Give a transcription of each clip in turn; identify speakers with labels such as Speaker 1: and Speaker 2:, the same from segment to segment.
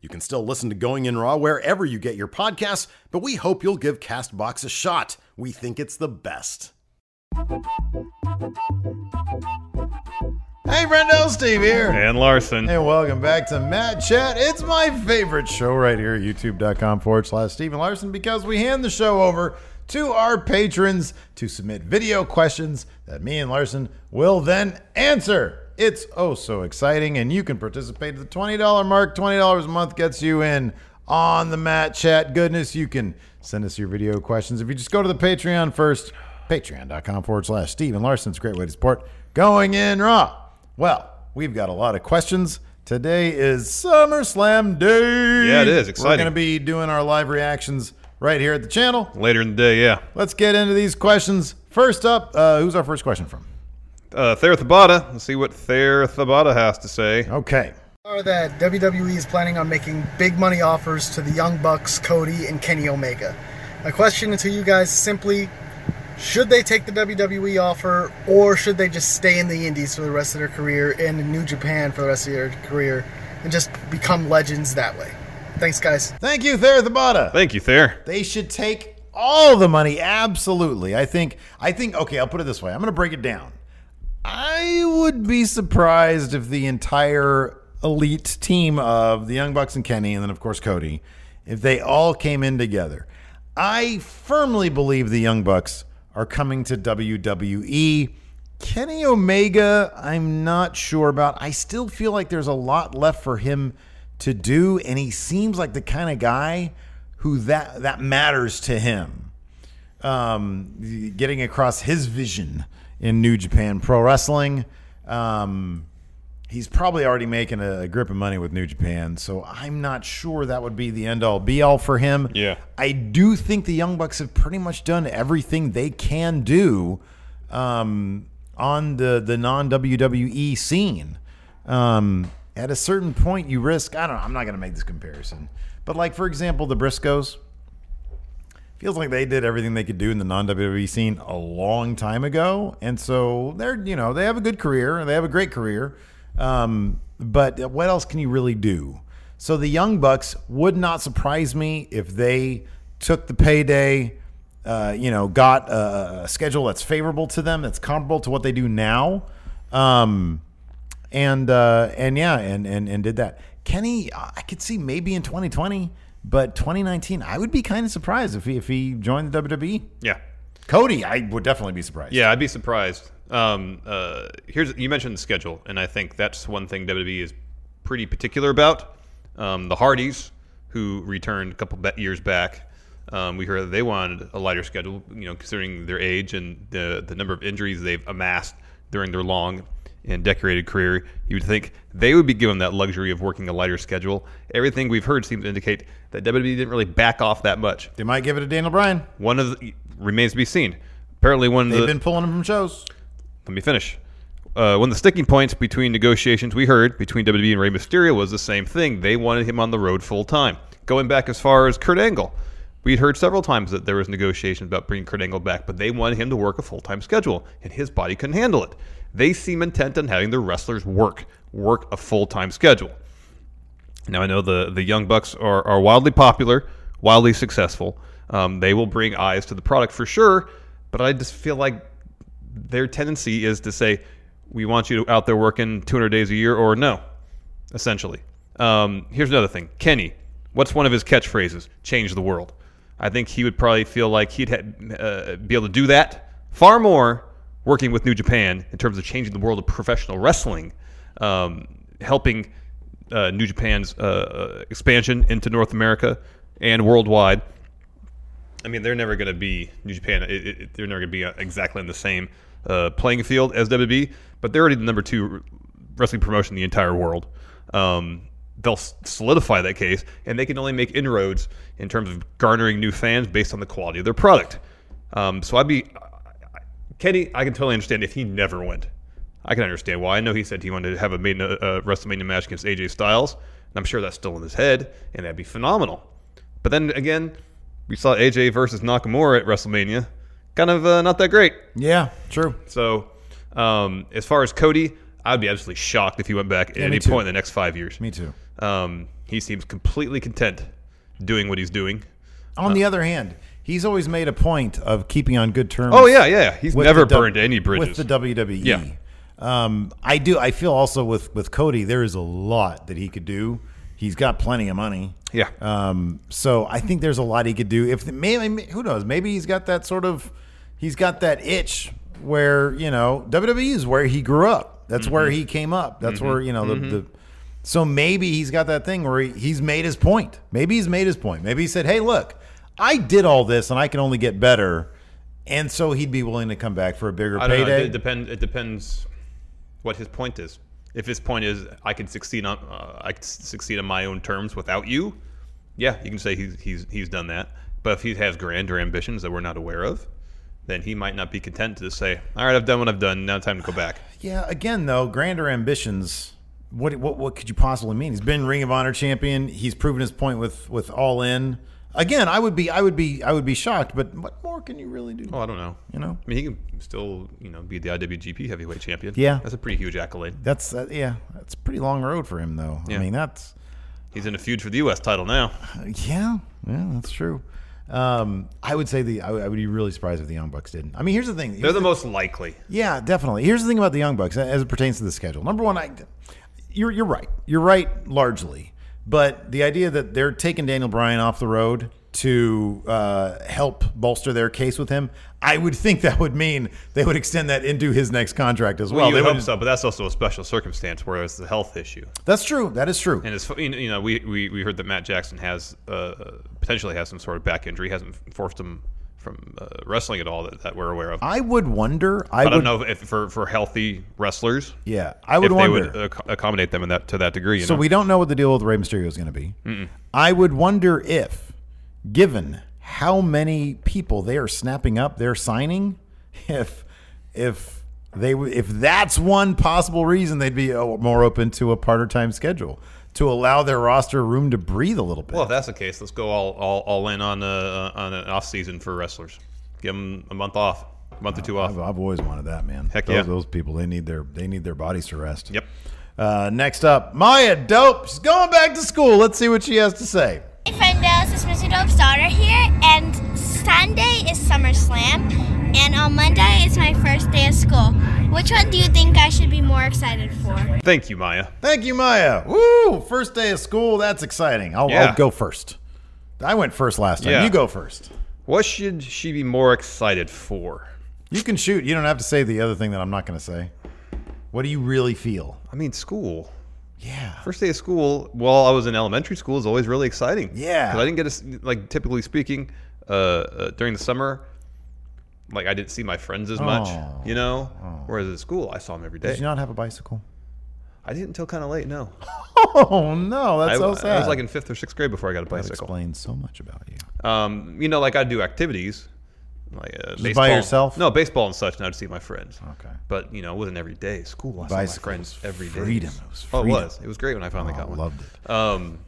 Speaker 1: You can still listen to Going In Raw wherever you get your podcasts, but we hope you'll give Castbox a shot. We think it's the best. Hey, Brendo, Steve here.
Speaker 2: And Larson.
Speaker 1: And welcome back to Matt Chat. It's my favorite show right here at youtube.com forward slash Stephen Larson because we hand the show over to our patrons to submit video questions that me and Larson will then answer. It's oh so exciting, and you can participate at the $20 mark. $20 a month gets you in on the Matt Chat goodness. You can send us your video questions if you just go to the Patreon first. Patreon.com forward slash Steven Larson. It's a great way to support Going In Raw. Well, we've got a lot of questions. Today is SummerSlam Day.
Speaker 2: Yeah, it is. Exciting.
Speaker 1: We're going to be doing our live reactions right here at the channel.
Speaker 2: Later in the day, yeah.
Speaker 1: Let's get into these questions. First up, uh, who's our first question from?
Speaker 2: Uh, Thayer Thabata. Let's see what Thayer Thabata has to say.
Speaker 1: Okay.
Speaker 3: Are that WWE is planning on making big money offers to the Young Bucks, Cody, and Kenny Omega. My question to you guys is simply should they take the WWE offer or should they just stay in the Indies for the rest of their career and in New Japan for the rest of their career and just become legends that way? Thanks, guys.
Speaker 1: Thank you, Thayer Thabata.
Speaker 2: Thank you, Thayer.
Speaker 1: They should take all the money. Absolutely. I think, I think, okay, I'll put it this way. I'm going to break it down. I would be surprised if the entire elite team of the Young Bucks and Kenny, and then, of course, Cody, if they all came in together. I firmly believe the Young Bucks are coming to WWE. Kenny Omega, I'm not sure about. I still feel like there's a lot left for him to do, and he seems like the kind of guy who that that matters to him. Um, getting across his vision in New Japan Pro Wrestling. Um, he's probably already making a grip of money with New Japan, so I'm not sure that would be the end all be all for him.
Speaker 2: Yeah.
Speaker 1: I do think the Young Bucks have pretty much done everything they can do um, on the, the non WWE scene. Um, at a certain point, you risk, I don't know, I'm not going to make this comparison, but like, for example, the Briscoes. Feels like they did everything they could do in the non WWE scene a long time ago. And so they're, you know, they have a good career and they have a great career. Um, but what else can you really do? So the Young Bucks would not surprise me if they took the payday, uh, you know, got a, a, schedule that's favorable to them, that's comparable to what they do now, um, and uh, and yeah, and and and did that. Kenny, I could see maybe in 2020, but 2019, I would be kind of surprised if he if he joined the WWE.
Speaker 2: Yeah,
Speaker 1: Cody, I would definitely be surprised.
Speaker 2: Yeah, I'd be surprised. Um, uh, here's you mentioned the schedule, and I think that's one thing WWE is pretty particular about. Um, the Hardys, who returned a couple years back, um, we heard that they wanted a lighter schedule, you know, considering their age and the the number of injuries they've amassed during their long and decorated career. You would think they would be given that luxury of working a lighter schedule. Everything we've heard seems to indicate that WWE didn't really back off that much.
Speaker 1: They might give it to Daniel Bryan.
Speaker 2: One of the, remains to be seen. Apparently, one of
Speaker 1: They've
Speaker 2: the
Speaker 1: been pulling him from shows.
Speaker 2: let me finish. Uh, one of the sticking points between negotiations we heard between WWE and Rey Mysterio was the same thing. They wanted him on the road full time. Going back as far as Kurt Angle, We'd heard several times that there was negotiations about bringing Kurt Angle back, but they wanted him to work a full-time schedule, and his body couldn't handle it. They seem intent on having the wrestlers work work a full-time schedule. Now I know the the Young Bucks are, are wildly popular, wildly successful. Um, they will bring eyes to the product for sure, but I just feel like their tendency is to say, "We want you out there working 200 days a year," or no. Essentially, um, here's another thing: Kenny, what's one of his catchphrases? Change the world. I think he would probably feel like he'd had, uh, be able to do that far more working with New Japan in terms of changing the world of professional wrestling, um, helping uh, New Japan's uh, expansion into North America and worldwide. I mean, they're never going to be New Japan. It, it, they're never going to be exactly on the same uh, playing field as WWE, but they're already the number two wrestling promotion in the entire world. Um, they'll s- solidify that case, and they can only make inroads in terms of garnering new fans based on the quality of their product. Um, so I'd be Kenny. I can totally understand if he never went. I can understand why. I know he said he wanted to have a, main, uh, uh, WrestleMania match against AJ Styles, and I'm sure that's still in his head, and that'd be phenomenal. But then again, we saw AJ versus Nakamura at WrestleMania. Kind of uh, not that great.
Speaker 1: Yeah, true.
Speaker 2: So, um, as far as Cody, I'd be absolutely shocked if he went back at
Speaker 1: me
Speaker 2: any
Speaker 1: too.
Speaker 2: point in the next five years.
Speaker 1: Me too.
Speaker 2: Um, he seems completely content doing what he's doing.
Speaker 1: On
Speaker 2: Uh,
Speaker 1: the other hand, he's always made a point of keeping on good terms.
Speaker 2: Oh yeah, yeah. He's
Speaker 1: with
Speaker 2: never
Speaker 1: the W-
Speaker 2: burned any bridges.
Speaker 1: with the E. WWE.
Speaker 2: Yeah.
Speaker 1: Um, I do. I feel also with with Cody, there is a lot that he could do. He's got plenty of money.
Speaker 2: yeah,
Speaker 1: Um, so I think there's a lot he could do. If the, maybe who knows, maybe he's got that sort of he's got that itch where you know WWE is where he grew up. That's where
Speaker 2: Mm-hmm.
Speaker 1: he came up. That's where you know the, the. So maybe he's got that thing where he, he's made his point. Maybe he's made his point. Maybe he said, "Hey, look, I did all this, and I can only get better." And so he'd be willing to come back for a bigger
Speaker 2: I don't know.
Speaker 1: payday.
Speaker 2: It, depend, it depends what his point is. If his point is I can succeed on uh, I can succeed on my own terms without you, yeah, you can say he's he's he's done that. But if he has grander ambitions that we're not aware of, then he might not be content to say, "All right, I've done what I've done. Now time to go back."
Speaker 1: Yeah, again though, grander ambitions. What what what could you possibly mean? He's been Ring of Honor champion. He's proven his point with with All In. Again, I would be I would be I would be shocked. But what more can you really do?
Speaker 2: Oh, I don't know.
Speaker 1: You know,
Speaker 2: I mean, he can still, you know, be the IWGP Heavyweight Champion.
Speaker 1: Yeah.
Speaker 2: that's a pretty huge accolade.
Speaker 1: that's uh, yeah, that's a pretty long road for him though. I
Speaker 2: Yeah.
Speaker 1: mean, that's
Speaker 2: He's in a feud for the U.S. title now.
Speaker 1: yeah, yeah, that's true. Um, I would say the I, would- I would be really surprised if the Young Bucks didn't. I mean, here's the thing.
Speaker 2: They're the most likely.
Speaker 1: Yeah, definitely. Here's the thing about the Young Bucks as it pertains to the schedule. Number one, I, you're you're right. You're right largely, but the idea that they're taking Daniel Bryan off the road to uh, help bolster their case with him, I would think that would mean they would extend that into his next contract as well.
Speaker 2: Well, you
Speaker 1: They
Speaker 2: would hope
Speaker 1: would-
Speaker 2: so, but that's also a special circumstance where it's a health issue.
Speaker 1: That's true. That is true.
Speaker 2: And it's fu- you know- you know we, we, we heard that Matt Jackson has uh, potentially has some sort of back injury hasn't forced him from uh, wrestling at all that, that we're aware of.
Speaker 1: I would wonder. I,
Speaker 2: but I
Speaker 1: would.
Speaker 2: don't know if for, for healthy wrestlers,
Speaker 1: Yeah, I would
Speaker 2: if
Speaker 1: wonder.
Speaker 2: they would ac- accommodate them in that to that degree. You
Speaker 1: So
Speaker 2: know?
Speaker 1: we don't know what the deal with Rey Mysterio is going to be. I would wonder if, given how many people they are snapping up, they're signing, if if they w- if that's one possible reason they'd be oh, more open to a part time schedule to allow their roster room to breathe a little bit.
Speaker 2: well, if that's the case, let's go all all, all in on uh, on an off season for wrestlers. Give them a month off, a month or two off.
Speaker 1: I've, I've always wanted that, man.
Speaker 2: Heck
Speaker 1: those,
Speaker 2: yeah.
Speaker 1: those people they need their they need their bodies to rest.
Speaker 2: Yep.
Speaker 1: Uh, next up, Maya Dope. She's going back to school. Let's see what she has to say.
Speaker 4: Hey friendos, it's Mr. Dope's daughter here, and Sunday is SummerSlam, and on Monday is my first day of school. Which one do you think I should be more excited for?
Speaker 2: Thank you, Maya.
Speaker 1: Thank you, Maya. Woo! First day of school. That's exciting. I'll,
Speaker 2: Yeah.
Speaker 1: I'll go first. I went first last time.
Speaker 2: Yeah.
Speaker 1: You go first.
Speaker 2: What should she be more excited for?
Speaker 1: You can shoot. You don't have to say the other thing that I'm not going to say. What do you really feel?
Speaker 2: I mean, school.
Speaker 1: Yeah.
Speaker 2: First day of school, while I was in elementary school, is always really exciting.
Speaker 1: Yeah.
Speaker 2: 'Cause I didn't get a s like typically speaking, uh, uh, during the summer, like I didn't see my friends as much,
Speaker 1: Oh.
Speaker 2: you know. Whereas at school, I saw them every day.
Speaker 1: Did you not have a bicycle?
Speaker 2: I didn't until kind of late. No,
Speaker 1: Oh no, that's
Speaker 2: I,
Speaker 1: so
Speaker 2: I
Speaker 1: sad.
Speaker 2: was like in fifth or sixth grade before I got a
Speaker 1: that
Speaker 2: bicycle.
Speaker 1: explains so much about you.
Speaker 2: Um, you know, like I'd do activities, like uh,
Speaker 1: by
Speaker 2: baseball.
Speaker 1: yourself?
Speaker 2: No, baseball and such, and I'd see my friends.
Speaker 1: Okay.
Speaker 2: But you know, it wasn't every day. School, I
Speaker 1: Bicycle
Speaker 2: saw my friends
Speaker 1: was
Speaker 2: every day.
Speaker 1: freedom. It was
Speaker 2: Oh, it
Speaker 1: freedom.
Speaker 2: was. It was great when I finally
Speaker 1: Oh,
Speaker 2: got one.
Speaker 1: loved it.
Speaker 2: Um,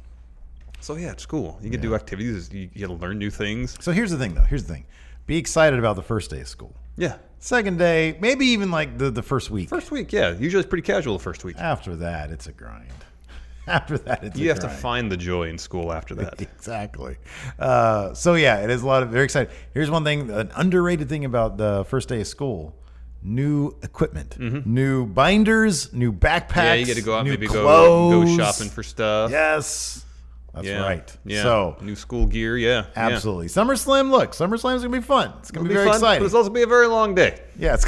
Speaker 2: So yeah, it's cool. You can do activities. You, you get to learn new things.
Speaker 1: So here's the thing, though. Here's the thing. Be excited about the first day of school.
Speaker 2: Yeah.
Speaker 1: Second day, maybe even like the, the first week.
Speaker 2: First week, yeah. Usually it's pretty casual the first week.
Speaker 1: After that, it's a grind. After that, it's
Speaker 2: You
Speaker 1: a
Speaker 2: have to
Speaker 1: grind.
Speaker 2: find the joy in school after that.
Speaker 1: exactly. Uh, so yeah, it is a lot of very exciting. Here's one thing, an underrated thing about the first day of school: new equipment, new binders, new backpacks.
Speaker 2: Mm-hmm. yeah, you get to go out,
Speaker 1: new
Speaker 2: maybe go go
Speaker 1: clothes.
Speaker 2: shopping for stuff.
Speaker 1: Yes, that's
Speaker 2: Yeah.
Speaker 1: right.
Speaker 2: Yeah.
Speaker 1: So
Speaker 2: new school gear. Yeah. yeah.
Speaker 1: absolutely, SummerSlam. Look, SummerSlam's gonna be fun. It's gonna
Speaker 2: It'll
Speaker 1: be, very
Speaker 2: fun, But
Speaker 1: exciting.
Speaker 2: it's also be a very long day.
Speaker 1: Yeah, it's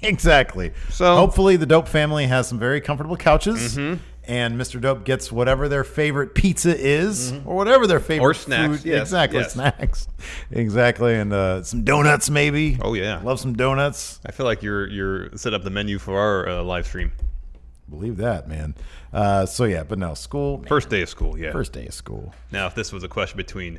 Speaker 1: exactly.
Speaker 2: So- Mm-hmm.
Speaker 1: hopefully the Dope family has some very comfortable couches. And Mr. Dope gets whatever their favorite pizza is, or whatever their favorite
Speaker 2: Mm-hmm. Or snacks,
Speaker 1: Food.
Speaker 2: yes,
Speaker 1: exactly,
Speaker 2: yes.
Speaker 1: snacks, exactly, and uh, some donuts maybe.
Speaker 2: Oh, yeah.
Speaker 1: love some donuts.
Speaker 2: I feel like you're you're set up the menu for our uh, live stream.
Speaker 1: Believe that, man. Uh, so yeah, but no school. man,
Speaker 2: First day of school. Yeah.
Speaker 1: first day of school.
Speaker 2: Now, if this was a question between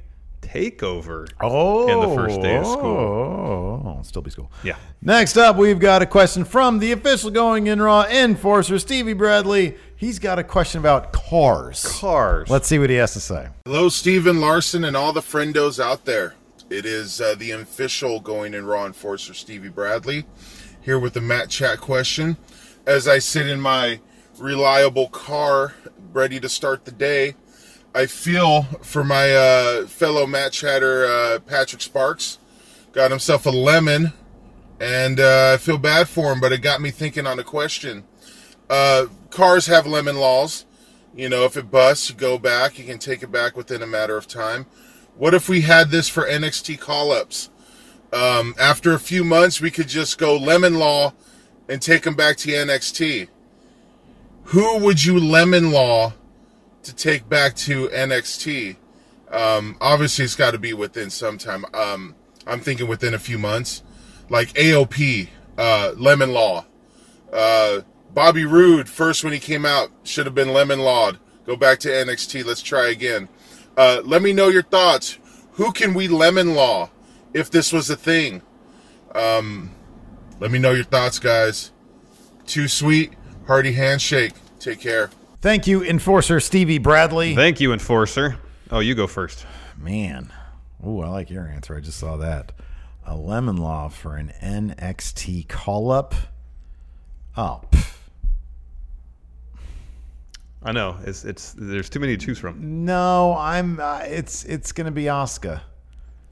Speaker 2: takeover
Speaker 1: Oh,
Speaker 2: and the first day of school,
Speaker 1: Oh, oh, oh, still be school.
Speaker 2: Yeah.
Speaker 1: Next up, we've got a question from the official Going In Raw enforcer, Stevie Bradley. He's got a question about cars.
Speaker 2: cars.
Speaker 1: Let's see what he has to say.
Speaker 5: Hello, Steven Larson, and all the friendos out there. It is uh, the official going in Raw Enforcer Stevie Bradley here with the Matt Chat question. As I sit in my reliable car, ready to start the day, I feel for my uh, fellow Matt Chatter, uh, Patrick Sparks. Got himself a lemon, and uh, I feel bad for him, but it got me thinking on a question. Uh, cars have lemon laws. You know, if it busts, you go back. You can take it back within a matter of time. What if we had this for NXT call ups? Um, after a few months, we could just go lemon law and take them back to NXT. Who would you lemon law to take back to NXT? Um, obviously, it's got to be within some time. Um, I'm thinking within a few months. Like AOP, uh, lemon law uh, Bobby Roode first when he came out should have been lemon lawed. Go back to NXT. Let's try again. Uh, let me know your thoughts. Who can we lemon law if this was a thing? Um, let me know your thoughts, guys. Too sweet, hearty handshake. Take care.
Speaker 1: Thank you, enforcer Stevie Bradley.
Speaker 2: Thank you, enforcer. Oh, you go first.
Speaker 1: Man. Ooh, I like your answer. I just saw that. A lemon law for an NXT call up. Oh, pff,
Speaker 2: I know it's it's there's too many to choose from.
Speaker 1: no, I'm. Uh, it's it's gonna be Asuka.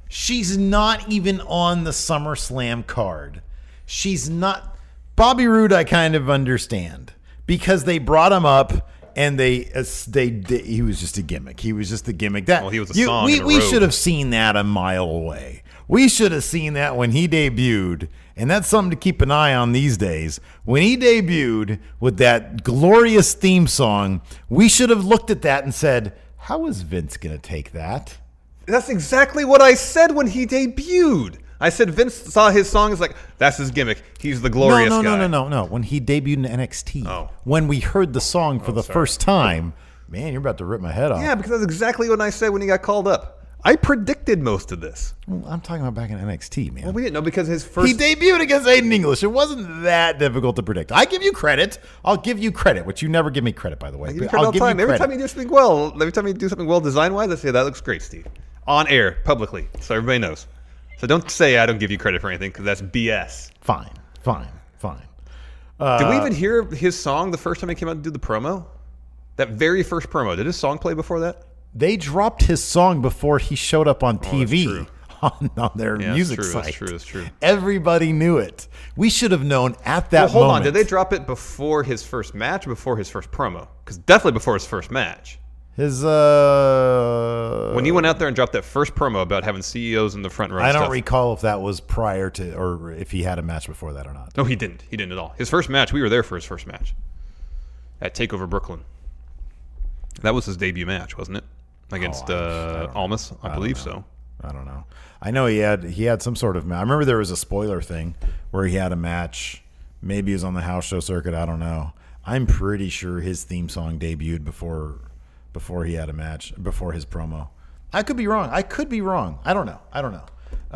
Speaker 1: She's not even on the SummerSlam card. She's not. Bobby Roode, I kind of understand because they brought him up and they uh, they, di he was just a gimmick. He was just a gimmick. That
Speaker 2: Well, he was a song
Speaker 1: We,
Speaker 2: and a
Speaker 1: we
Speaker 2: robe.
Speaker 1: should have seen that a mile away. We should have seen that when he debuted, and that's something to keep an eye on these days. When he debuted with that glorious theme song, we should have looked at that and said, "How is Vince going to take that?"
Speaker 2: That's exactly what I said when he debuted. I said Vince saw his song is like that's his gimmick. He's the glorious
Speaker 1: no, no,
Speaker 2: guy.
Speaker 1: No, no, no, no. When he debuted in NXT,
Speaker 2: Oh.
Speaker 1: when we heard the song for the first time, man, you're about to rip my head off.
Speaker 2: Yeah, because that's exactly what I said when he got called up. I predicted most of this.
Speaker 1: Well, I'm talking about back in NXT, man.
Speaker 2: Well, we didn't know because his first
Speaker 1: he debuted against Aiden English. It wasn't that difficult to predict. I give you credit. I'll give you credit, which you never give me credit, by the way.
Speaker 2: I give you
Speaker 1: but
Speaker 2: credit
Speaker 1: I'll
Speaker 2: all the
Speaker 1: give
Speaker 2: time.
Speaker 1: you
Speaker 2: Every
Speaker 1: credit.
Speaker 2: time you do something well, every time you do something well design wise, I say that looks great, Steve, on air publicly, so everybody knows. So don't say I don't give you credit for anything because that's BS.
Speaker 1: Fine, fine, fine.
Speaker 2: did we even hear his song the first time he came out to do the promo? That very first promo. Did his song play before that?
Speaker 1: They dropped his song before he showed up on TV
Speaker 2: Oh, true.
Speaker 1: on, on their
Speaker 2: Yeah, that's
Speaker 1: music
Speaker 2: true,
Speaker 1: site.
Speaker 2: that's true, that's true.
Speaker 1: Everybody knew it. We should have known at that
Speaker 2: Well, hold
Speaker 1: moment.
Speaker 2: on. Did they drop it before his first match? or Before his first promo? Because definitely before his first match.
Speaker 1: his uh
Speaker 2: When he went out there and dropped that first promo about having CEOs in the front row. and
Speaker 1: I don't
Speaker 2: stuff.
Speaker 1: recall if that was prior to or if he had a match before that or not.
Speaker 2: No, he didn't. He didn't at all. His first match, we were there for his first match at Takeover Brooklyn. That was his debut match, wasn't it? Against
Speaker 1: Oh,
Speaker 2: uh, Almas, I, believe so.
Speaker 1: I don't know. I know he had he had some sort of match. I remember there was a spoiler thing where he had a match. Maybe he was on the house show circuit. I don't know. I'm pretty sure his theme song debuted before before he had a match before his promo. I could be wrong. I could be wrong. I don't know. I don't know.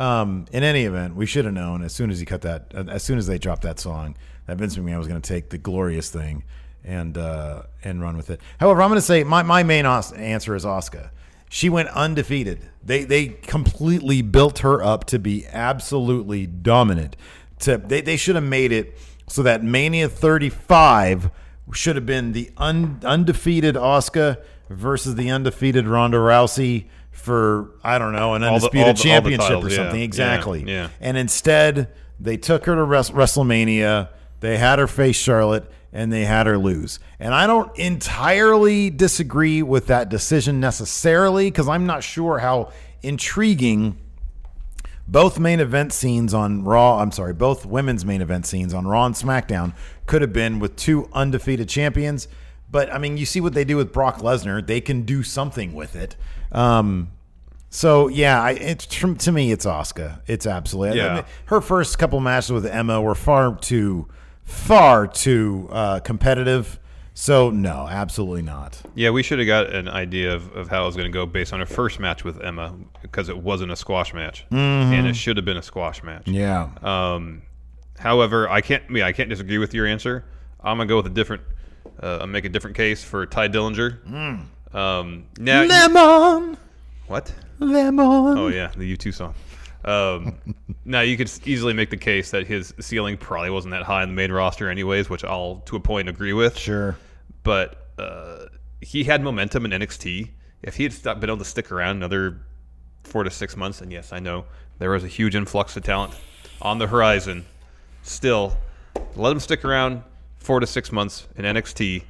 Speaker 1: Um, in any event, we should have known as soon as he cut that, uh, as soon as they dropped that song, that Vince McMahon was going to take the glorious thing and uh, and run with it. However, I'm going to say my, my main os- answer is Oscar. She went undefeated. They they completely built her up to be absolutely dominant. To they, they should have made it so that Mania 35 should have been the un, undefeated Oscar versus the undefeated Ronda Rousey for I don't know an
Speaker 2: All the- all
Speaker 1: undisputed
Speaker 2: the- all the
Speaker 1: championship
Speaker 2: titles,
Speaker 1: or
Speaker 2: yeah,
Speaker 1: something.
Speaker 2: yeah,
Speaker 1: Exactly.
Speaker 2: yeah.
Speaker 1: And instead, they took her to Wres- WrestleMania. They had her face Charlotte and they had her lose. And I don't entirely disagree with that decision necessarily because I'm not sure how intriguing both main event scenes on Raw, I'm sorry, both women's main event scenes on Raw and SmackDown could have been with two undefeated champions. But I mean, you see what they do with Brock Lesnar. They can do something with it. Um, so yeah, I, it's to to me, it's Oscar. It's absolutely. I
Speaker 2: Yeah.
Speaker 1: mean, her first couple matches with Emma were far too, far too uh, competitive. So no, absolutely not.
Speaker 2: Yeah, we should have got an idea of, of how it was going to go based on her first match with Emma because it wasn't a squash match, and it should have been a squash match.
Speaker 1: Mm-hmm. Yeah,
Speaker 2: Um, however, I can't. I, mean, I can't disagree with your answer. I'm gonna go with a different. Uh, I'll make a different case for Ty Dillinger. Um, now, you-
Speaker 1: Mm. lemon,
Speaker 2: what?
Speaker 1: lemon.
Speaker 2: Oh yeah, the U2 song. Um, now you could s- easily make the case that his ceiling probably wasn't that high in the main roster, anyways, which I'll to a point agree with.
Speaker 1: Sure.
Speaker 2: but uh, he had momentum in NXT. If he had stopped, been able to stick around another four to six months, and yes, I know there was a huge influx of talent on the horizon. Still, let him stick around four to six months in NXT,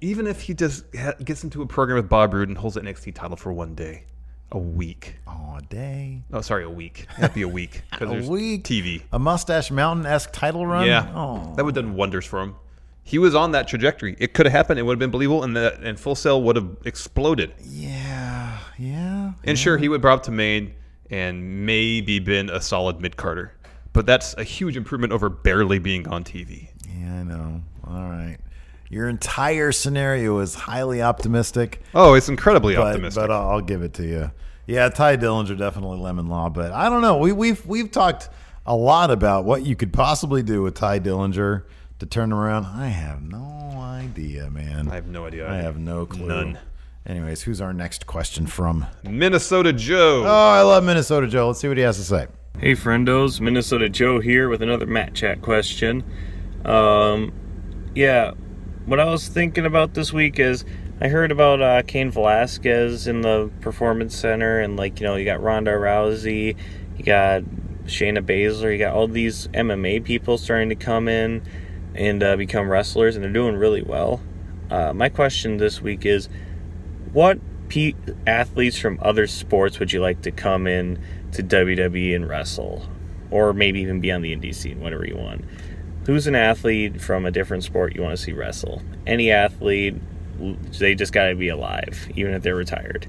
Speaker 2: even if he just ha- gets into a program with Bob Roode and holds the NXT title for one day, a week.
Speaker 1: All day.
Speaker 2: Oh, sorry, a week. That'd be a week because there's
Speaker 1: week.
Speaker 2: TV.
Speaker 1: A Mustache Mountain esque title run?
Speaker 2: Yeah,
Speaker 1: Oh.
Speaker 2: that would have done wonders for him. He was on that trajectory. It could have happened. It would have been believable, and the, and Full Sail would have exploded.
Speaker 1: Yeah. Yeah.
Speaker 2: And sure, he would brought up to Maine and maybe been a solid mid Carter, but that's a huge improvement over barely being on TV.
Speaker 1: Yeah, I know. All right. Your entire scenario is highly optimistic,
Speaker 2: Oh, it's incredibly
Speaker 1: but,
Speaker 2: optimistic.
Speaker 1: but I'll I'll give it to you. Yeah, Ty Dillinger definitely lemon law, but I don't know. We, we've we've talked a lot about what you could possibly do with Ty Dillinger to turn around. I have no idea, man.
Speaker 2: I have no idea.
Speaker 1: I have no clue.
Speaker 2: None.
Speaker 1: Anyways, who's our next question from?
Speaker 2: Minnesota Joe.
Speaker 1: Oh, I love Minnesota Joe. Let's see what he has to say.
Speaker 6: Hey, friendos, Minnesota Joe here with another Matt Chat question. Um, yeah, what I was thinking about this week is I heard about uh, Kane Velasquez in the Performance Center, and like, you know, you got Ronda Rousey, you got Shayna Baszler, you got all these MMA people starting to come in and uh, become wrestlers, and they're doing really well. Uh, my question this week is what pe- athletes from other sports would you like to come in to WWE and wrestle, or maybe even be on the indie scene, whatever you want? Who's an athlete from a different sport you want to see wrestle? Any athlete, l- they just got to be alive, even if they're retired.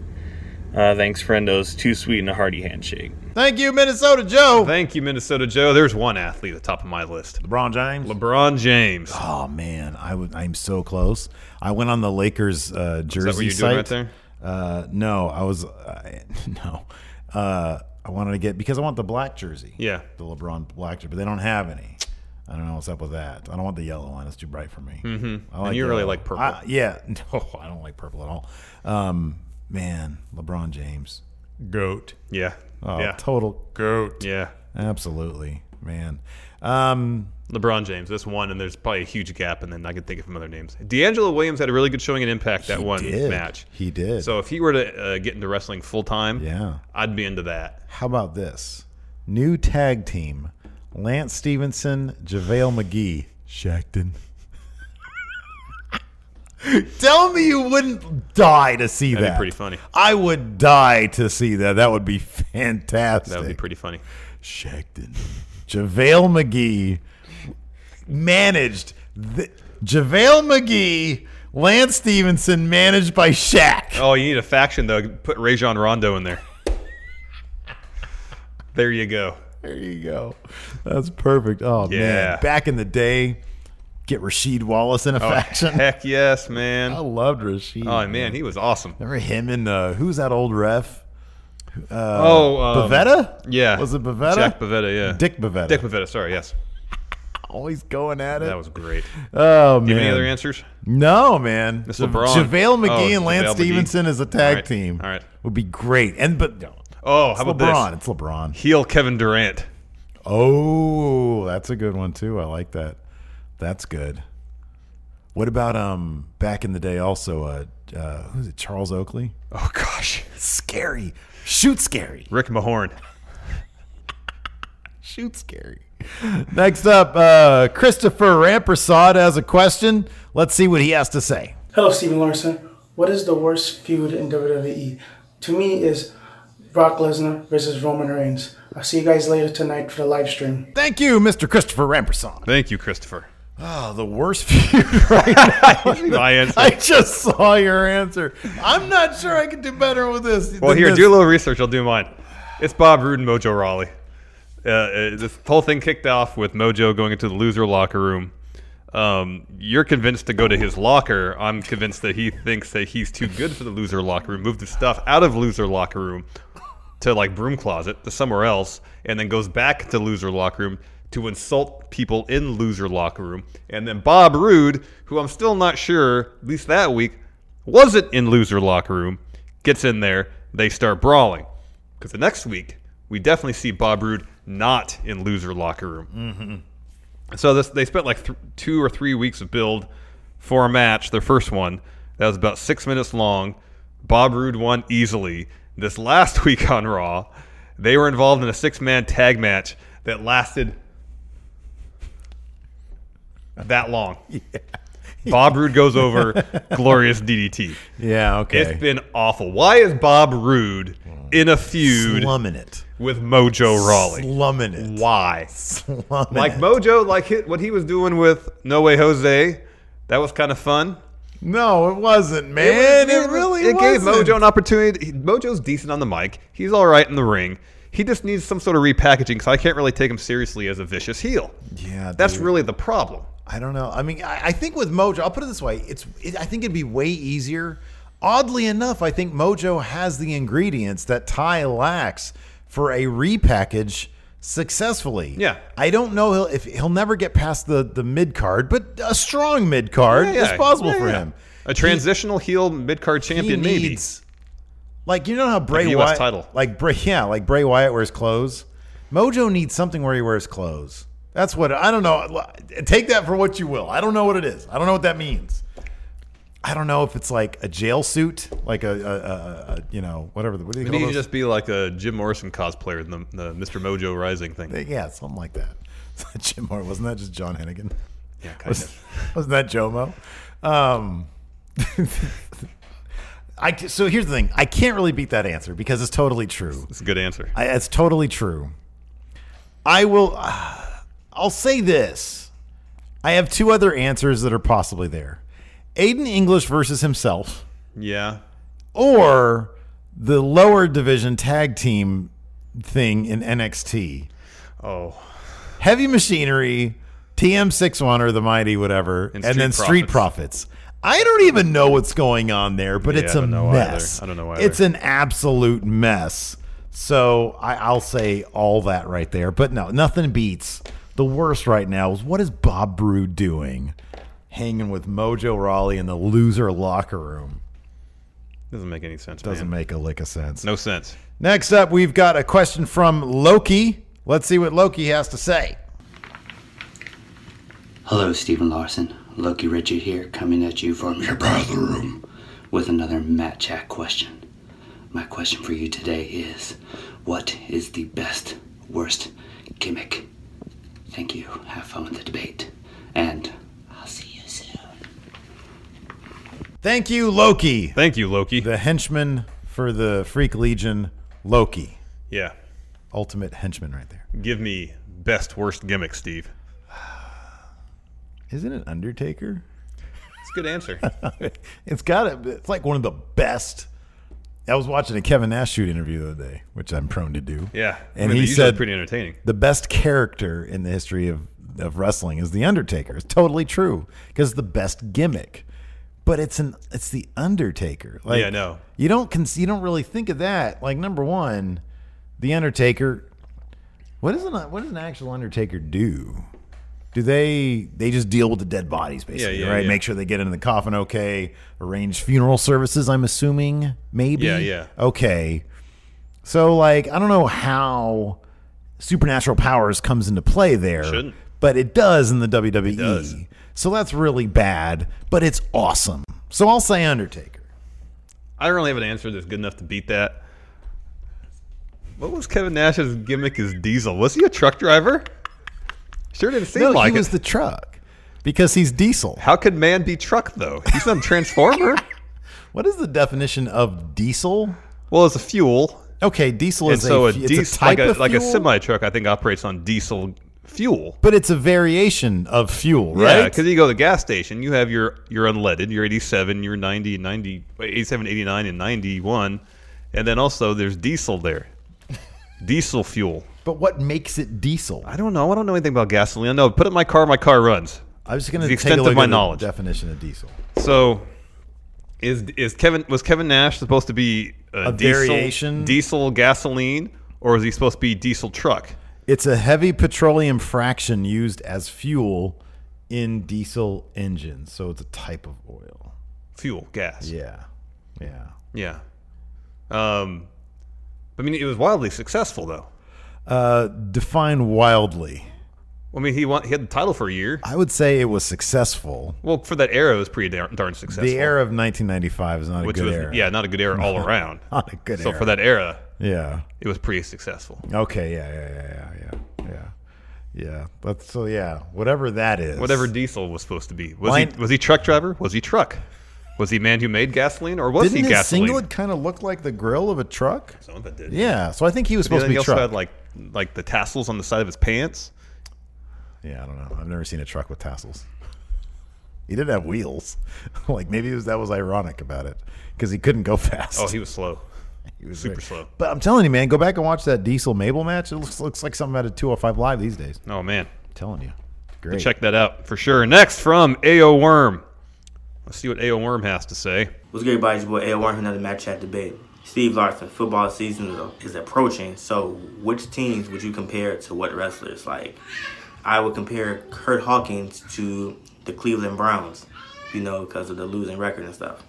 Speaker 6: Uh, thanks, friendos. Too sweet and a hearty handshake.
Speaker 1: Thank you, Minnesota Joe.
Speaker 2: Thank you, Minnesota Joe. There's one athlete at the top of my list.
Speaker 1: LeBron James.
Speaker 2: LeBron James.
Speaker 1: Oh man, I would. I'm so close. I went on the Lakers uh, jersey
Speaker 2: what you're doing
Speaker 1: site.
Speaker 2: right there?
Speaker 1: Uh, no, I was I, no. Uh, I wanted to get because I want the black jersey.
Speaker 2: Yeah.
Speaker 1: the LeBron black jersey, but they don't have any. I don't know what's up with that. I don't want the yellow one; it's too bright for me. Mm-hmm. I like
Speaker 2: you really
Speaker 1: yellow.
Speaker 2: like purple.
Speaker 1: I- yeah, no, I don't like purple at all. Um, man, LeBron James, goat.
Speaker 2: Yeah.
Speaker 1: Oh,
Speaker 2: yeah.
Speaker 1: total goat.
Speaker 2: yeah.
Speaker 1: Absolutely, man. Um,
Speaker 2: LeBron James. That's one, and there's probably a huge gap, and then I can think of some other names. D'Angelo Williams had a really good showing and impact that one
Speaker 1: did.
Speaker 2: match.
Speaker 1: He did.
Speaker 2: So if he were to uh, get into wrestling full time,
Speaker 1: Yeah.
Speaker 2: I'd be into that.
Speaker 1: How about this? New tag team Lance Stevenson, JaVale McGee, Shackton. Tell me you wouldn't die to see
Speaker 2: That'd be
Speaker 1: that.
Speaker 2: pretty funny.
Speaker 1: I would die to see that. That would be fantastic.
Speaker 2: That would be pretty funny.
Speaker 1: Shackton. JaVale McGee managed. The, JaVale McGee, Lance Stevenson managed by Shaq.
Speaker 2: Oh, you need a faction though. Put Rajon Rondo in there. there you go.
Speaker 1: There you go. That's perfect. Oh
Speaker 2: Yeah.
Speaker 1: man, back in the day, get Rasheed Wallace in a faction.
Speaker 2: Oh, Heck yes, man.
Speaker 1: I
Speaker 2: Oh,
Speaker 1: loved Rasheed.
Speaker 2: man, he was awesome.
Speaker 1: remember him and uh, who's that old ref?
Speaker 2: oh, um,
Speaker 1: Bavetta?
Speaker 2: Yeah.
Speaker 1: Was it Uh, Bavetta?
Speaker 2: Oh, um, Jack Bavetta. Yeah.
Speaker 1: Dick Bavetta.
Speaker 2: Dick Bavetta. Sorry. Yes.
Speaker 1: always going at it.
Speaker 2: That was great.
Speaker 1: oh
Speaker 2: Do you
Speaker 1: man.
Speaker 2: have any other answers?
Speaker 1: No, man.
Speaker 2: It's
Speaker 1: Ja-
Speaker 2: LeBron.
Speaker 1: JaVale McGee
Speaker 2: Oh, it's
Speaker 1: and Lance
Speaker 2: JaVale McGee.
Speaker 1: Stevenson as a tag
Speaker 2: All right.
Speaker 1: team.
Speaker 2: All right.
Speaker 1: Would be great. And but no.
Speaker 2: Oh,
Speaker 1: It's
Speaker 2: how about
Speaker 1: LeBron.
Speaker 2: this?
Speaker 1: It's LeBron.
Speaker 2: Heel Kevin Durant.
Speaker 1: Oh, that's a good one too. I like that. That's good. What about um back in the day also uh, uh who's it Charles Oakley?
Speaker 2: Oh gosh,
Speaker 1: Scary. Shoot scary.
Speaker 2: Rick Mahorn.
Speaker 1: Shoot scary. Next up, uh Christopher Rampersad has a question. Let's see what he has to say.
Speaker 7: Hello, Stephen Larson. What is the worst feud in WWE? To me, is Brock Lesnar versus Roman Reigns. I'll see you guys later tonight for the live stream.
Speaker 1: Thank you, Mr. Christopher Rampersad.
Speaker 2: Thank you, Christopher.
Speaker 1: Oh, the worst feud right now.
Speaker 2: My answer.
Speaker 1: I just saw your answer. I'm not sure I could do better with this.
Speaker 2: Well,
Speaker 1: than
Speaker 2: here,
Speaker 1: this.
Speaker 2: do a little research. I'll do mine. It's Bob Roode and Mojo Rawley. Uh, Uh, this whole thing kicked off with Mojo going into the loser locker room. Um, you're convinced to go to his locker. I'm convinced that he thinks that he's too good for the loser locker room. Moved his stuff out of loser locker room to like broom closet to somewhere else, and then goes back to loser locker room to insult people in loser locker room. And then Bob Roode, who I'm still not sure, at least that week, wasn't in loser locker room, gets in there. They start brawling because the next week we definitely see Bob Roode not in loser locker room. Mm-hmm. So this, they spent like th- two or three weeks of build for a match, their first one. That was about six minutes long. Bob Roode won easily. This last week on Raw, they were involved in a six man tag match that lasted that long. Bob Roode goes over glorious DDT.
Speaker 1: Yeah, okay.
Speaker 2: It's been awful. Why is Bob Roode in a feud
Speaker 1: Slumming it.
Speaker 2: with Mojo Rawley?
Speaker 1: Slumming it.
Speaker 2: Why?
Speaker 1: Slumming
Speaker 2: Like
Speaker 1: it.
Speaker 2: Mojo, like hi- what he was doing with No Way Jose, that was kind of fun.
Speaker 1: No, it wasn't, man. It, really
Speaker 2: it gave
Speaker 1: wasn't.
Speaker 2: Mojo an opportunity. He- Mojo's decent on the mic. He's all right in the ring. He just needs some sort of repackaging because I can't really take him seriously as a vicious heel.
Speaker 1: Yeah,
Speaker 2: that's
Speaker 1: dude.
Speaker 2: really the problem.
Speaker 1: I don't know. I mean, I, I think with Mojo, I'll put it this way: it's. It, I think it'd be way easier. Oddly enough, I think Mojo has the ingredients that Ty lacks for a repackage successfully.
Speaker 2: Yeah.
Speaker 1: I don't know he'll, if he'll never get past the the mid card, but a strong mid card
Speaker 2: Yeah,
Speaker 1: is possible
Speaker 2: yeah,
Speaker 1: for
Speaker 2: yeah.
Speaker 1: him.
Speaker 2: A transitional heel mid card champion, maybe.
Speaker 1: Like you know how Bray
Speaker 2: US
Speaker 1: Wyatt
Speaker 2: title.
Speaker 1: like Bray yeah, like Bray Wyatt wears clothes. Mojo needs something where he wears clothes. That's what I don't know. Take that for what you will. I don't know what it is. I don't know what that means. I don't know if it's like a jail suit, like a, a, a, a you know whatever. the- What do you
Speaker 2: Maybe he'd
Speaker 1: call those?
Speaker 2: just be like a Jim Morrison cosplayer in the, the Mr. Mojo Rising thing.
Speaker 1: yeah, something like that. Jim Moore wasn't that just John Hennigan?
Speaker 2: Yeah, kind
Speaker 1: Was,
Speaker 2: of.
Speaker 1: wasn't that Jomo? Um, I ca- so here's the thing. I can't really beat that answer because it's totally true.
Speaker 2: It's a good answer.
Speaker 1: I, that's totally true. I will. I'll say this. I have two other answers that are possibly there: Aiden English versus himself,
Speaker 2: yeah.
Speaker 1: or the lower division tag team thing in NXT.
Speaker 2: Oh.
Speaker 1: Heavy Machinery, TM61 or the Mighty whatever, and,
Speaker 2: And
Speaker 1: then
Speaker 2: Street
Speaker 1: Street Profits. I don't even know what's going on there, but
Speaker 2: Yeah,
Speaker 1: it's
Speaker 2: I
Speaker 1: a
Speaker 2: don't know
Speaker 1: mess.
Speaker 2: either. I don't know
Speaker 1: It's an absolute mess. So I, I'll say all that right there. But no, nothing beats the worst right now is what is Bob Brew doing? Hanging with Mojo Raleigh in the loser locker room.
Speaker 2: Doesn't make any sense.
Speaker 1: Doesn't
Speaker 2: man.
Speaker 1: make a lick of sense.
Speaker 2: no sense.
Speaker 1: Next up, we've got a question from Loki. Let's see what Loki has to say.
Speaker 8: Hello, Stephen Larson. Loki Richard here, coming at you from your bathroom with another Matt Chat question. My question for you today is What is the best, worst gimmick? Thank you. Have fun with the debate. And I'll see you soon.
Speaker 1: Thank you, Loki.
Speaker 2: Thank you, Loki.
Speaker 1: the henchman for the Freak Legion, Loki.
Speaker 2: yeah.
Speaker 1: Ultimate henchman right there.
Speaker 2: Give me best worst gimmick, Steve.
Speaker 1: Isn't it Undertaker?
Speaker 2: It's a good answer.
Speaker 1: it's got to It's like one of the best. I was watching a Kevin Nash shoot interview the other day, which I'm prone to do.
Speaker 2: Yeah.
Speaker 1: And
Speaker 2: I mean,
Speaker 1: he
Speaker 2: usually it's
Speaker 1: said-
Speaker 2: pretty entertaining.
Speaker 1: The best character in the history of, of wrestling is The Undertaker. It's totally true because the best gimmick. But it's an it's the Undertaker. Like,
Speaker 2: Yeah, I know.
Speaker 1: You don't con- you don't really think of that. Like number one, the Undertaker. What is an what does an actual Undertaker do? Do they they just deal with the dead bodies basically,
Speaker 2: yeah,
Speaker 1: right?
Speaker 2: yeah.
Speaker 1: Make sure they get into the coffin okay, arrange funeral services, I'm assuming, maybe.
Speaker 2: Yeah, yeah.
Speaker 1: Okay. So like, I don't know how supernatural powers comes into play there.
Speaker 2: Shouldn't.
Speaker 1: But it does in the WWE.
Speaker 2: does.
Speaker 1: So that's really bad, but it's awesome. So I'll say Undertaker.
Speaker 2: I don't really have an answer that's good enough to beat that. What was Kevin Nash's gimmick as Diesel? Was he a truck driver? Sure didn't seem
Speaker 1: No,
Speaker 2: like
Speaker 1: he
Speaker 2: it.
Speaker 1: was the truck because he's diesel.
Speaker 2: How could man be truck though? He's not a transformer.
Speaker 1: What is the definition of diesel?
Speaker 2: well, it's a fuel,
Speaker 1: Okay, diesel
Speaker 2: and
Speaker 1: is
Speaker 2: so
Speaker 1: a,
Speaker 2: a,
Speaker 1: fu-
Speaker 2: diesel,
Speaker 1: it's a type
Speaker 2: like a
Speaker 1: of
Speaker 2: like a
Speaker 1: fuel,
Speaker 2: semi truck, I think operates on diesel fuel.
Speaker 1: but it's a variation of fuel,
Speaker 2: Yeah,
Speaker 1: right?
Speaker 2: because you go to the gas station, you have your your unleaded, your 87, your 90, 90, wait, 87, 89, and 91. And then also there's diesel there. diesel fuel.
Speaker 1: but what makes it diesel?
Speaker 2: I don't know. I don't know anything about gasoline. I know, put it in my car, my car runs.
Speaker 1: I was going to
Speaker 2: The
Speaker 1: take
Speaker 2: extent
Speaker 1: a
Speaker 2: of
Speaker 1: look
Speaker 2: my
Speaker 1: at
Speaker 2: knowledge.
Speaker 1: the definition of diesel.
Speaker 2: So is is Kevin was Kevin Nash supposed to be a,
Speaker 1: A
Speaker 2: diesel,
Speaker 1: variation?
Speaker 2: diesel gasoline or was he supposed to be diesel truck?
Speaker 1: It's a heavy petroleum fraction used as fuel in diesel engines, so it's a type of oil.
Speaker 2: Fuel, gas.
Speaker 1: Yeah, yeah.
Speaker 2: Yeah. Um I mean it was wildly successful though.
Speaker 1: Uh, define wildly.
Speaker 2: I mean he won, he had the title for a year.
Speaker 1: I would say it was successful.
Speaker 2: Well, for that era it was pretty darn, darn successful.
Speaker 1: The era of 1995 is not a
Speaker 2: which
Speaker 1: good
Speaker 2: was
Speaker 1: era.
Speaker 2: yeah, not a good era all around.
Speaker 1: not a good
Speaker 2: so
Speaker 1: era.
Speaker 2: for that era,
Speaker 1: yeah.
Speaker 2: it was pretty successful.
Speaker 1: Okay. Yeah. Yeah. Yeah. Yeah. Yeah. Yeah. Yeah. That's so. Yeah. Whatever that is.
Speaker 2: Whatever diesel was supposed to be. Was
Speaker 1: Why-
Speaker 2: he was he truck driver? Was he truck? Was he man who made gasoline or was
Speaker 1: Didn't
Speaker 2: he
Speaker 1: his
Speaker 2: gasoline?
Speaker 1: singlet kind of look like the grill of a truck?
Speaker 2: Some of it did.
Speaker 1: Yeah. So I think he was supposed
Speaker 2: Yeah,
Speaker 1: to
Speaker 2: he
Speaker 1: be
Speaker 2: also
Speaker 1: truck.
Speaker 2: had like like the tassels on the side of his pants.
Speaker 1: yeah. I don't know. I've never seen a truck with tassels. He did have wheels. like maybe it was, that was ironic about it because he couldn't go fast.
Speaker 2: Oh, he was slow.
Speaker 1: He was
Speaker 2: super
Speaker 1: very-
Speaker 2: slow.
Speaker 1: But I'm telling you, man, go back and watch that Diesel Mabel match. It looks, looks like something out of 205 Live these days.
Speaker 2: Oh man,
Speaker 1: I'm telling you. Great.
Speaker 2: check that out for sure. Next from AO Worm. Let's see what AO Worm has to say.
Speaker 9: What's good, everybody? It's your boy L. Warren for another match chat debate. Steve Larson, football season is- is approaching, so which teams would you compare to what wrestlers? Like, I would compare Kurt Hawkins to the Cleveland Browns, you know, because of the losing record and stuff.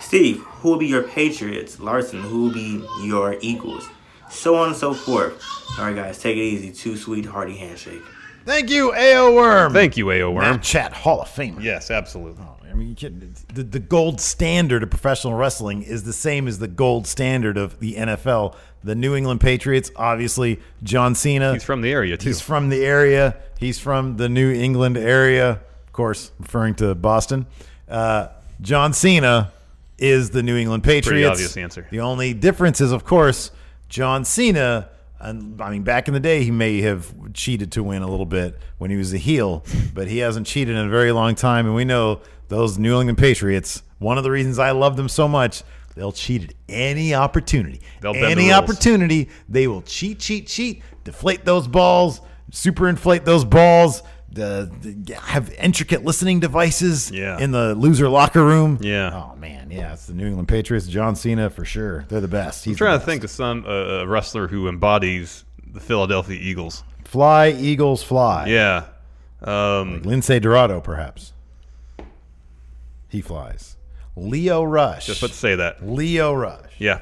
Speaker 9: Steve, who will be your Patriots? Larson, who will be your Eagles? So on and so forth. All right, guys, take it easy. Two sweet, hearty handshake.
Speaker 1: Thank you, AO Worm.
Speaker 2: Thank you, AO Worm.
Speaker 1: Matt Chat Hall of Famer.
Speaker 2: Yes, absolutely.
Speaker 1: Oh, I mean, you can, the, the gold standard of professional wrestling is the same as the gold standard of the NFL. The New England Patriots, obviously, John Cena.
Speaker 2: He's from the area too.
Speaker 1: He's from the area. He's from the New England area, of course, referring to Boston. Uh, John Cena is the New England Patriots.
Speaker 2: obvious answer.
Speaker 1: The only difference is, of course, John Cena. and- I mean, back in the day, he may have cheated to win a little bit when he was a heel, but he hasn't cheated in a very long time. And we know those New England Patriots. One of the reasons I love them so much, they'll cheat at any opportunity.
Speaker 2: They'll bend the
Speaker 1: any
Speaker 2: rules.
Speaker 1: opportunity opportunity, they will cheat, cheat, cheat, deflate those balls, super inflate those balls, the, the- have intricate listening devices
Speaker 2: Yeah.
Speaker 1: in the loser locker room.
Speaker 2: Yeah.
Speaker 1: Oh, man. Yeah. It's the New England Patriots. John Cena, for sure. They're the best. He's
Speaker 2: I'm trying
Speaker 1: the
Speaker 2: to think of some uh, wrestler who embodies the Philadelphia Eagles.
Speaker 1: best. Fly, Eagles, fly.
Speaker 2: Yeah. Um,
Speaker 1: Lindsay Dorado, perhaps. He flies. Leo Rush.
Speaker 2: just let's say that.
Speaker 1: Leo Rush.
Speaker 2: Yeah,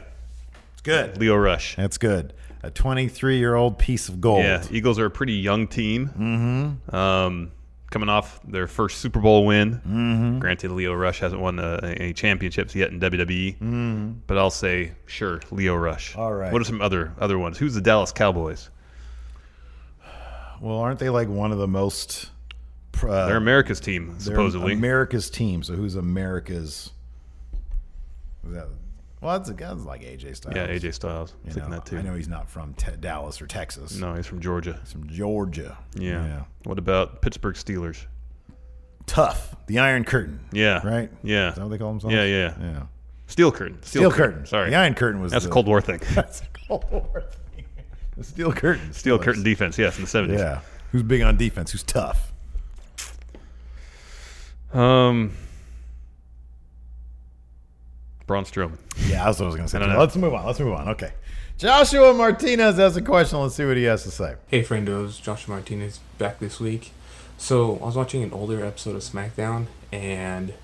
Speaker 1: It's good.
Speaker 2: Leo Rush.
Speaker 1: That's good. A 23 year old piece of gold.
Speaker 2: Yeah, Eagles are a pretty young team. Mm-hmm. Um, coming off their first Super Bowl win. Mm-hmm. Granted, Leo Rush hasn't won uh, any championships yet in WWE, mm-hmm. but I'll say sure, Leo Rush.
Speaker 1: All right.
Speaker 2: What are some other other ones? Who's the Dallas Cowboys?
Speaker 1: Well, aren't they like one of the most. pr- Uh,
Speaker 2: They're America's team,
Speaker 1: They're
Speaker 2: supposedly.
Speaker 1: America's team. So who's America's? Is that- well, that's a that's like AJ Styles.
Speaker 2: yeah, AJ Styles. I
Speaker 1: You
Speaker 2: was thinking
Speaker 1: know,
Speaker 2: that too.
Speaker 1: I know he's not from te- Dallas or Texas.
Speaker 2: No, he's from Georgia.
Speaker 1: He's from Georgia.
Speaker 2: Yeah. What about Pittsburgh Steelers?
Speaker 1: Tough. The Iron Curtain.
Speaker 2: Yeah.
Speaker 1: Right.
Speaker 2: Yeah.
Speaker 1: Is that what they call themselves?
Speaker 2: Yeah, yeah.
Speaker 1: Yeah.
Speaker 2: Steel Curtain. Steel,
Speaker 1: Steel curtain.
Speaker 2: Sorry.
Speaker 1: The Iron Curtain was
Speaker 2: That's
Speaker 1: the,
Speaker 2: a Cold War thing.
Speaker 1: That's a Cold War thing. The Steel Curtain.
Speaker 2: Steel
Speaker 1: Close.
Speaker 2: Curtain defense, yes, in the 70s.
Speaker 1: Yeah. Who's big on defense? Who's tough?
Speaker 2: Um, Braun Strowman.
Speaker 1: Yeah, that's what I was gonna say.
Speaker 2: don't know.
Speaker 1: Let's move on. Let's move on. Okay. Joshua Martinez has a question. Let's see what he has to say.
Speaker 10: Hey, friendos, Joshua Martinez back this week. So I was watching an older episode of SmackDown, and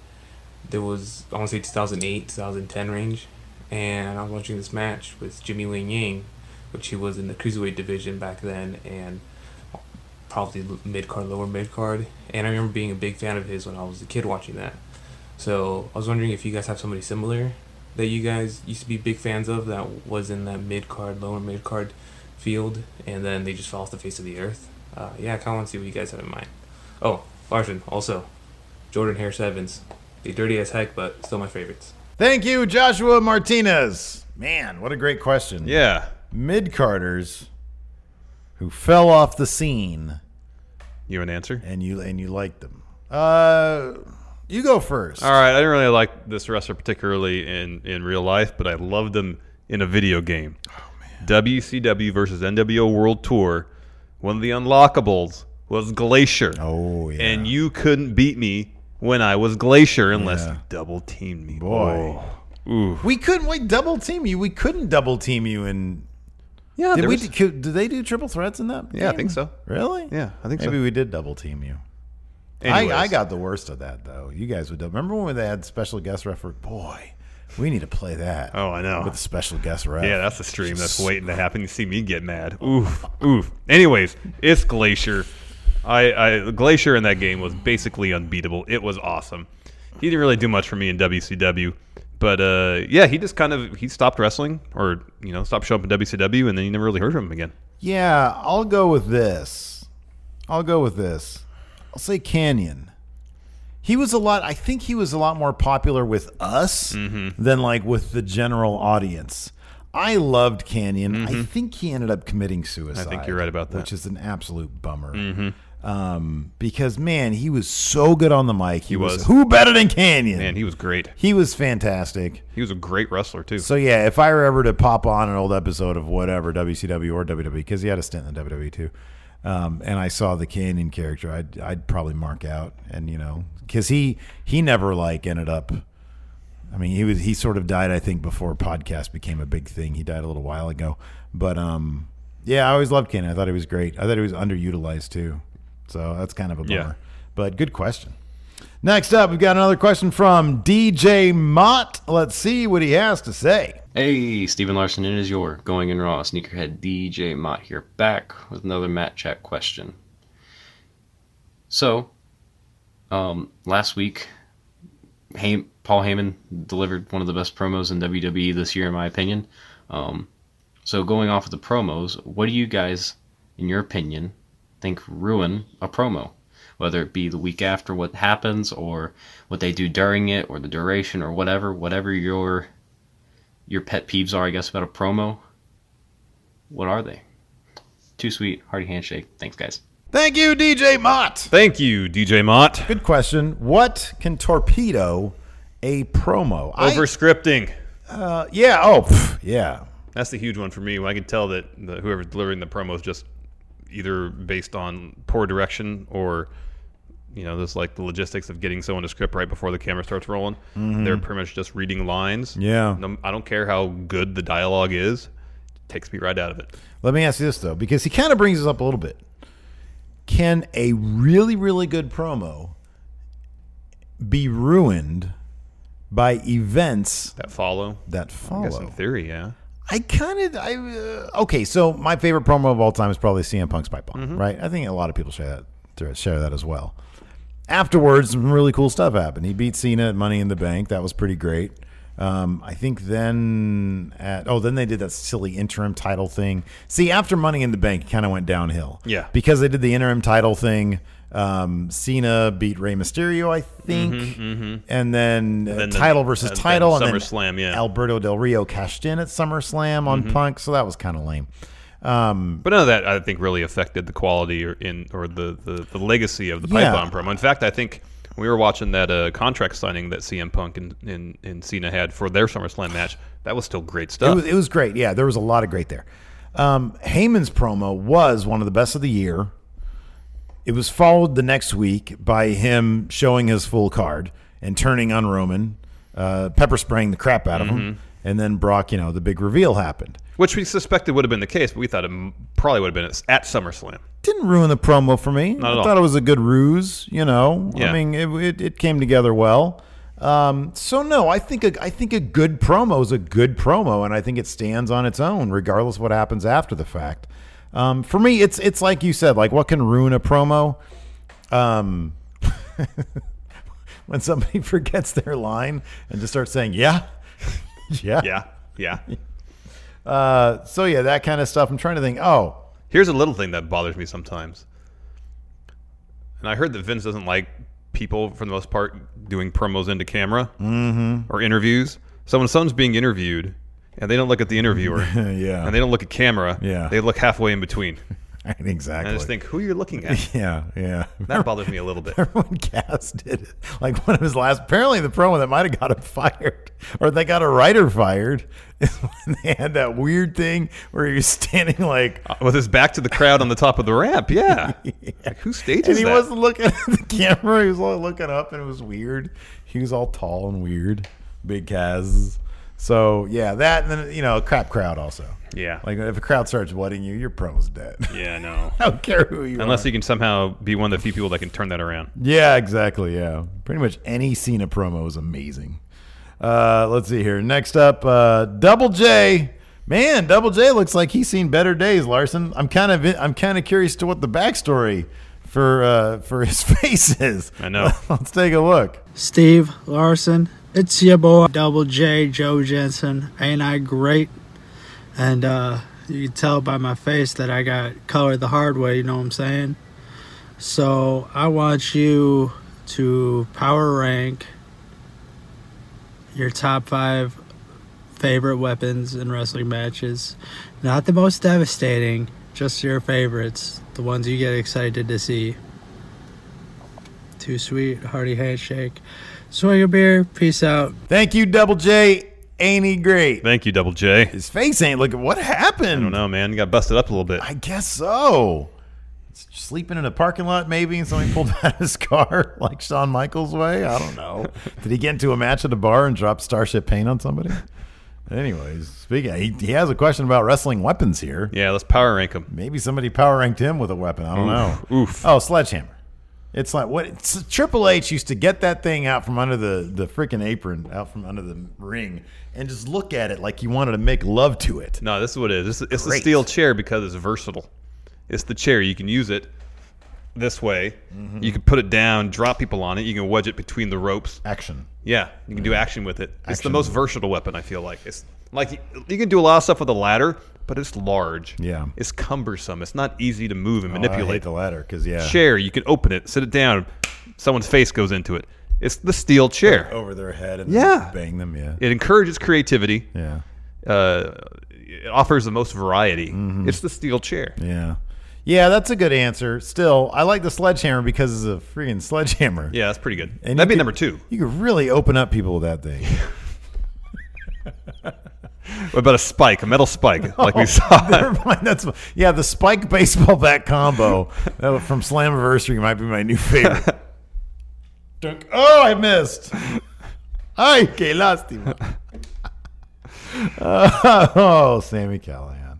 Speaker 10: there was I want to say 2008, 2010 range, and I was watching this match with Jimmy Wang Yang, which he was in the cruiserweight division back then, and probably mid card, lower mid card, and I remember being a big fan of his when I was a kid watching that. So I was wondering if you guys have somebody similar that you guys used to be big fans of that was in that mid card, lower mid card field, and then they just fell off the face of the earth. Uh, yeah, I kind of want to see what you guys have in mind. Oh, Larson, also, Jordan Harris Evans. They dirty as heck, but still my favorites.
Speaker 1: Thank you, Joshua Martinez. Man, what a great question.
Speaker 2: Yeah.
Speaker 1: Mid Carters who fell off the scene
Speaker 2: You an answer?
Speaker 1: and you and you liked them. Uh you go first.
Speaker 2: All right, I didn't really like this wrestler particularly in, in real life, but I loved him in a video game.
Speaker 1: Oh,
Speaker 2: WCW versus NWO World Tour. One of the unlockables was Glacier.
Speaker 1: Oh yeah.
Speaker 2: And you couldn't beat me when I was Glacier unless you double teamed me.
Speaker 1: Boy.
Speaker 2: Ooh.
Speaker 1: We couldn't wait double team you. We couldn't double team you and
Speaker 2: Yeah,
Speaker 1: did
Speaker 2: there
Speaker 1: we
Speaker 2: was-
Speaker 1: could, did they do triple threats in that?
Speaker 2: yeah, I
Speaker 1: game?
Speaker 2: think so.
Speaker 1: Really?
Speaker 2: Yeah, I think so.
Speaker 1: Maybe we did double team you.
Speaker 2: Anyways.
Speaker 1: I, I got the worst of that though. You guys would remember when they had special guest referee. Boy, we need to play that.
Speaker 2: Oh, I know.
Speaker 1: with a special guest ref.
Speaker 2: Yeah, that's a stream that's waiting to happen. You see me get mad. Oof, oof. Anyways, it's Glacier. I, I Glacier in that game was basically unbeatable. It was awesome. He didn't really do much for me in WCW, but uh, yeah, he just kind of he stopped wrestling or you know stopped showing up in WCW, and then you never really heard from him again.
Speaker 1: Yeah, I'll go with this. I'll go with this. I'll say Canyon. He was a lot. I think he was a lot more popular with us
Speaker 2: Mm-hmm.
Speaker 1: than like with the general audience. I loved Canyon. I think he ended up committing suicide.
Speaker 2: Mm-hmm. you're right about that. Mm-hmm.
Speaker 1: which is an absolute bummer. Um, because man, he was so good on the mic. He, was.
Speaker 2: was.
Speaker 1: who better than Canyon?
Speaker 2: Man, he was great.
Speaker 1: he was fantastic.
Speaker 2: He was a great wrestler too.
Speaker 1: So yeah, if I were ever to pop on an old episode of whatever WCW or WWE, because he had a stint in the WWE too, um, and I saw the Canyon character, I'd I'd probably mark out, and you know, because he he never like ended up. I mean, he was he sort of died, I think, before podcast became a big thing. He died a little while ago, but um, yeah, I always loved Canyon. I thought he was great. I thought he was underutilized too, so that's kind of a bummer.
Speaker 2: Yeah.
Speaker 1: But good question. Next up, we've got another question from DJ Mott. Let's see what he has to say.
Speaker 11: Hey, Stephen Larson, it is your Going in Raw sneakerhead DJ Mott here, back with another Matt Chat question. So, um, last week, Hey- Paul Heyman delivered one of the best promos in WWE this year, in my opinion. Um, so, going off of the promos, what do you guys, in your opinion, think ruin a promo? Whether it be the week after what happens, or what they do during it, or the duration, or whatever, whatever your your pet peeves are, I guess, about a promo. What are they? Too sweet, hearty handshake. Thanks, guys.
Speaker 1: Thank you, DJ Mott.
Speaker 2: Thank you, DJ Mott.
Speaker 1: Good question. What can torpedo a promo? I-
Speaker 2: Over scripting.
Speaker 1: uh, yeah. Oh, pff, yeah.
Speaker 2: That's the huge one for me. When I can tell that the, whoever's delivering the promo is just either based on poor direction or you know, there's like the logistics of getting someone to script right before the camera starts rolling. They're pretty much just reading lines.
Speaker 1: Mm-hmm. Yeah.
Speaker 2: No- I don't care how good the dialogue is. It takes me right out of it.
Speaker 1: Let me ask you this though, because he kind of brings this up a little bit. Can a really, really good promo be ruined by events
Speaker 2: That follow.
Speaker 1: that
Speaker 2: I
Speaker 1: follow?
Speaker 2: guess in theory, yeah.
Speaker 1: I kind of I uh, okay. So my favorite promo of all time is probably CM Punk's pipe bomb,
Speaker 2: Mm-hmm.
Speaker 1: right? I think a lot of people share that share that as well. Afterwards, some really cool stuff happened. He beat Cena at Money in the Bank. That was pretty great. Um, I think then at oh then they did that silly interim title thing. See, after Money in the Bank, it kind of went downhill.
Speaker 2: Yeah.
Speaker 1: because they did the interim title thing. Um, Cena beat Rey Mysterio, I think, and then, uh,
Speaker 2: Mm-hmm, then the-
Speaker 1: title versus
Speaker 2: and then
Speaker 1: title, and then
Speaker 2: SummerSlam, yeah. Mm-hmm.
Speaker 1: Alberto Del Rio cashed in at SummerSlam on Punk, so that was kind of lame. Um,
Speaker 2: But none of that I think really affected the quality or in or the the, the legacy of the pipe
Speaker 1: Yeah.
Speaker 2: bomb promo. In fact, I think we were watching that uh, contract signing that CM Punk and, and, and Cena had for their SummerSlam match. That was still great
Speaker 1: It
Speaker 2: stuff.
Speaker 1: was, it was great. Yeah, there was a lot of great there. Um, Heyman's promo was one of the best of the year. It was followed the next week by him showing his full card and turning
Speaker 2: Mm-hmm.
Speaker 1: on Roman, uh, pepper spraying the crap out of him, and then Brock. You know, the big reveal happened.
Speaker 2: which we suspected would have been the case, but we thought it m- probably would have been at, at SummerSlam.
Speaker 1: Didn't ruin the promo for me.
Speaker 2: Not at
Speaker 1: I
Speaker 2: all.
Speaker 1: thought it was a good ruse. You know,
Speaker 2: Yeah.
Speaker 1: I mean, it, it, it came together well. Um, so no, I think a, I think a good promo is a good promo, and I think it stands on its own, regardless of what happens after the fact. Um, for me, it's it's like you said, like what can ruin a promo? Um, when somebody forgets their line and just starts saying, "Yeah, yeah,
Speaker 2: yeah, yeah."
Speaker 1: Uh, so yeah, that kind of stuff. I'm trying to think. Oh,
Speaker 2: here's a little thing that bothers me sometimes. And I heard that Vince doesn't like people, for the most part, doing promos into camera
Speaker 1: Mhm.
Speaker 2: or interviews. So when someone's being interviewed and they don't look at the interviewer,
Speaker 1: Yeah.
Speaker 2: and they don't look at camera,
Speaker 1: Yeah.
Speaker 2: they look halfway in between.
Speaker 1: Exactly.
Speaker 2: And I just think who you're looking at.
Speaker 1: Yeah, yeah.
Speaker 2: That bothers me a little bit.
Speaker 1: Everyone casted it. Like one of his last, apparently the promo that might have got him fired, or they got a writer fired, is when they had that weird thing where he was standing like,
Speaker 2: uh, With his back to the crowd on the top of the ramp, yeah. Like, who stages
Speaker 1: and he
Speaker 2: that?
Speaker 1: wasn't looking at the camera. He was all looking up, and it was weird. He was all tall and weird, big Kaz. So yeah, that and then you know, a crap crowd also.
Speaker 2: Yeah.
Speaker 1: like if a crowd starts wedding you, your promo's dead.
Speaker 2: Yeah, no.
Speaker 1: I don't care who you
Speaker 2: Unless
Speaker 1: are.
Speaker 2: you can somehow be one of the few people that can turn that around.
Speaker 1: Yeah, exactly. Yeah. Pretty much any Cena promo is amazing. Uh, let's see here. Next up, uh, Double J. Man, Double J looks like he's seen better days, Larson. I'm kind of I'm kind of curious to what the backstory for uh, for his face is. I
Speaker 2: know.
Speaker 1: let's take a look.
Speaker 12: Steve Larson. It's your boy Double J Joe Jensen. Ain't I great? And uh, you can tell by my face that I got colored the hard way, you know what I'm saying? So I want you to power rank your top five favorite weapons in wrestling matches. Not the most devastating, just your favorites, the ones you get excited to see. Too sweet, hearty handshake. Swing a beer, peace out.
Speaker 1: Thank you, Double J. Ain't he great?
Speaker 2: Thank you, Double J.
Speaker 1: His face ain't looking. What happened? I don't
Speaker 2: know, man. He got busted up a little bit.
Speaker 1: I guess so. Sleeping in a parking lot, maybe, and somebody pulled out his car like Shawn Michaels way. I don't know. Did he get into a match at a bar and drop Starship Paint on somebody? Anyways, speaking, he, he has a question about wrestling weapons here.
Speaker 2: Yeah, let's power rank him.
Speaker 1: Maybe somebody power ranked him with a weapon. I don't
Speaker 2: Oof,
Speaker 1: know. Oof. Oh, sledgehammer. It's like what it's, Triple H used to get that thing out from under the the freaking apron, out from under the ring, and just look at it like he wanted to make love to it.
Speaker 2: No, Uh, this is what it is. It's, it's the
Speaker 1: Great.
Speaker 2: steel chair because it's versatile. It's the chair. You can use it this way.
Speaker 1: Mhm.
Speaker 2: You can put it down, drop people on it. You can wedge it between the ropes.
Speaker 1: Action. Mm-hmm.
Speaker 2: Yeah, you can do action with it. It's the
Speaker 1: Action.
Speaker 2: most versatile weapon. I feel like it's like you, you can do a lot of stuff with a ladder, but it's large.
Speaker 1: Yeah.
Speaker 2: it's cumbersome. It's not easy to move and
Speaker 1: Oh, I hate
Speaker 2: manipulate
Speaker 1: the ladder 'cause, yeah.
Speaker 2: chair. You can open it, sit it down. Someone's face goes into it. It's the steel chair.
Speaker 1: over their head and
Speaker 2: Yeah.
Speaker 1: bang them. Yeah,
Speaker 2: It encourages creativity.
Speaker 1: Yeah.
Speaker 2: Uh, it offers the most variety. It's the steel chair.
Speaker 1: Mm-hmm. yeah, yeah. That's a good answer. Still, I like the sledgehammer because it's a freaking sledgehammer.
Speaker 2: Yeah, that's pretty good.
Speaker 1: And
Speaker 2: That'd
Speaker 1: you
Speaker 2: be
Speaker 1: could-
Speaker 2: number two.
Speaker 1: You could really open up people with that thing.
Speaker 2: What about a spike, a metal spike, like we saw?
Speaker 1: Oh, Never mind. That's yeah. The spike baseball bat combo that was from Slammiversary might be my new favorite. Dunk. Oh, I missed. Ay, qué lástima. Uh, oh, Sammy Callahan.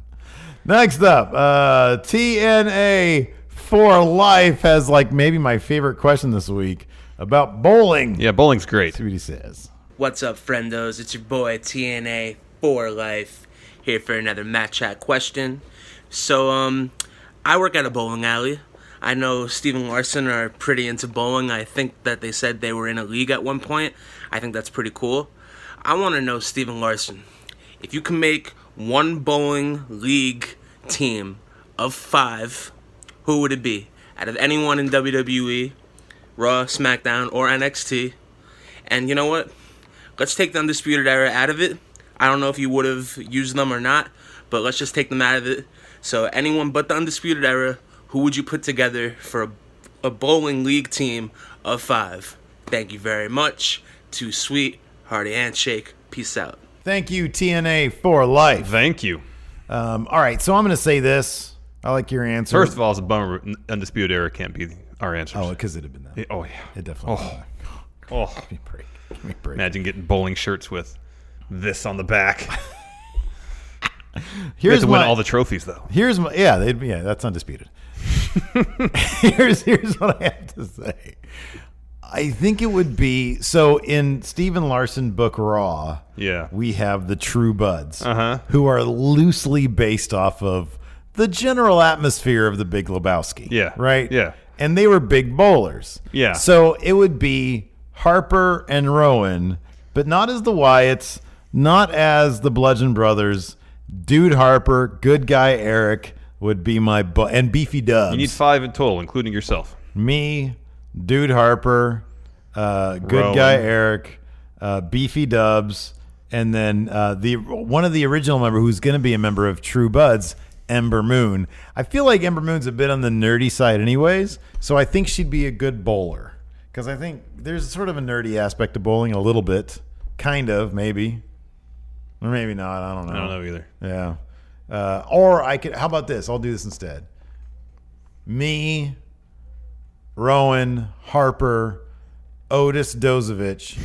Speaker 1: Next up, uh, TNA for life has like maybe my favorite question this week about bowling.
Speaker 2: Yeah, bowling's great.
Speaker 1: See what he says.
Speaker 13: What's up, friendos? It's your boy TNA for life here for another match chat question. So, um, I work at a bowling alley. I know Steve and Larson are pretty into bowling. I think that they said they were in a league at one point. I think that's pretty cool. I want to know Steven Larson, if you can make one bowling league team of five, who would it be? Out of anyone in WWE, Raw, SmackDown, or NXT. And you know what? Let's take the Undisputed Era out of it. I don't know if you would have used them or not, but let's just take them out of it. So, anyone but the Undisputed Era, who would you put together for a, a bowling league team of five? Thank you very much. Too sweet, hearty handshake. Peace out.
Speaker 1: Thank you, TNA for life.
Speaker 2: Thank you.
Speaker 1: Um, all right, so I'm going to say this. I like your answer.
Speaker 2: First of all, it's a bummer. N- Undisputed era can't be our answer. Oh,
Speaker 1: because it'd have been that.
Speaker 2: oh yeah,
Speaker 1: it definitely.
Speaker 2: Oh, oh. Give
Speaker 1: me break. Give me break.
Speaker 2: Imagine getting bowling shirts with this on the back. Here's have to win all the trophies, though.
Speaker 1: Here's my yeah, they'd, yeah, that's undisputed. here's here's what I have to say. I think it would be so in Steven Larson book Raw.
Speaker 2: Yeah.
Speaker 1: we have the True Buds,
Speaker 2: Uh-huh.
Speaker 1: who are loosely based off of the general atmosphere of the Big Lebowski.
Speaker 2: Yeah.
Speaker 1: right.
Speaker 2: Yeah.
Speaker 1: and they were big bowlers.
Speaker 2: Yeah.
Speaker 1: so it would be Harper and Rowan, but not as the Wyatts, not as the Bludgeon Brothers. Dude Harper, good guy Eric would be my bu- and Beefy Dubs.
Speaker 2: You need five in total, including yourself.
Speaker 1: Me, Dude Harper, uh, good
Speaker 2: Rowan.
Speaker 1: guy Eric, uh, Beefy Dubs, and then uh, the one of the original member who's going to be a member of True Buds, Ember Moon. I feel like Ember Moon's a bit on the nerdy side, anyways, so I think she'd be a good bowler because I think there's sort of a nerdy aspect to bowling a little bit, kind of maybe, or maybe not. I don't know.
Speaker 2: I don't know either.
Speaker 1: Yeah. Uh, or I could. How about this? I'll do this instead. Me, Rowan, Harper, Otis Dozovich,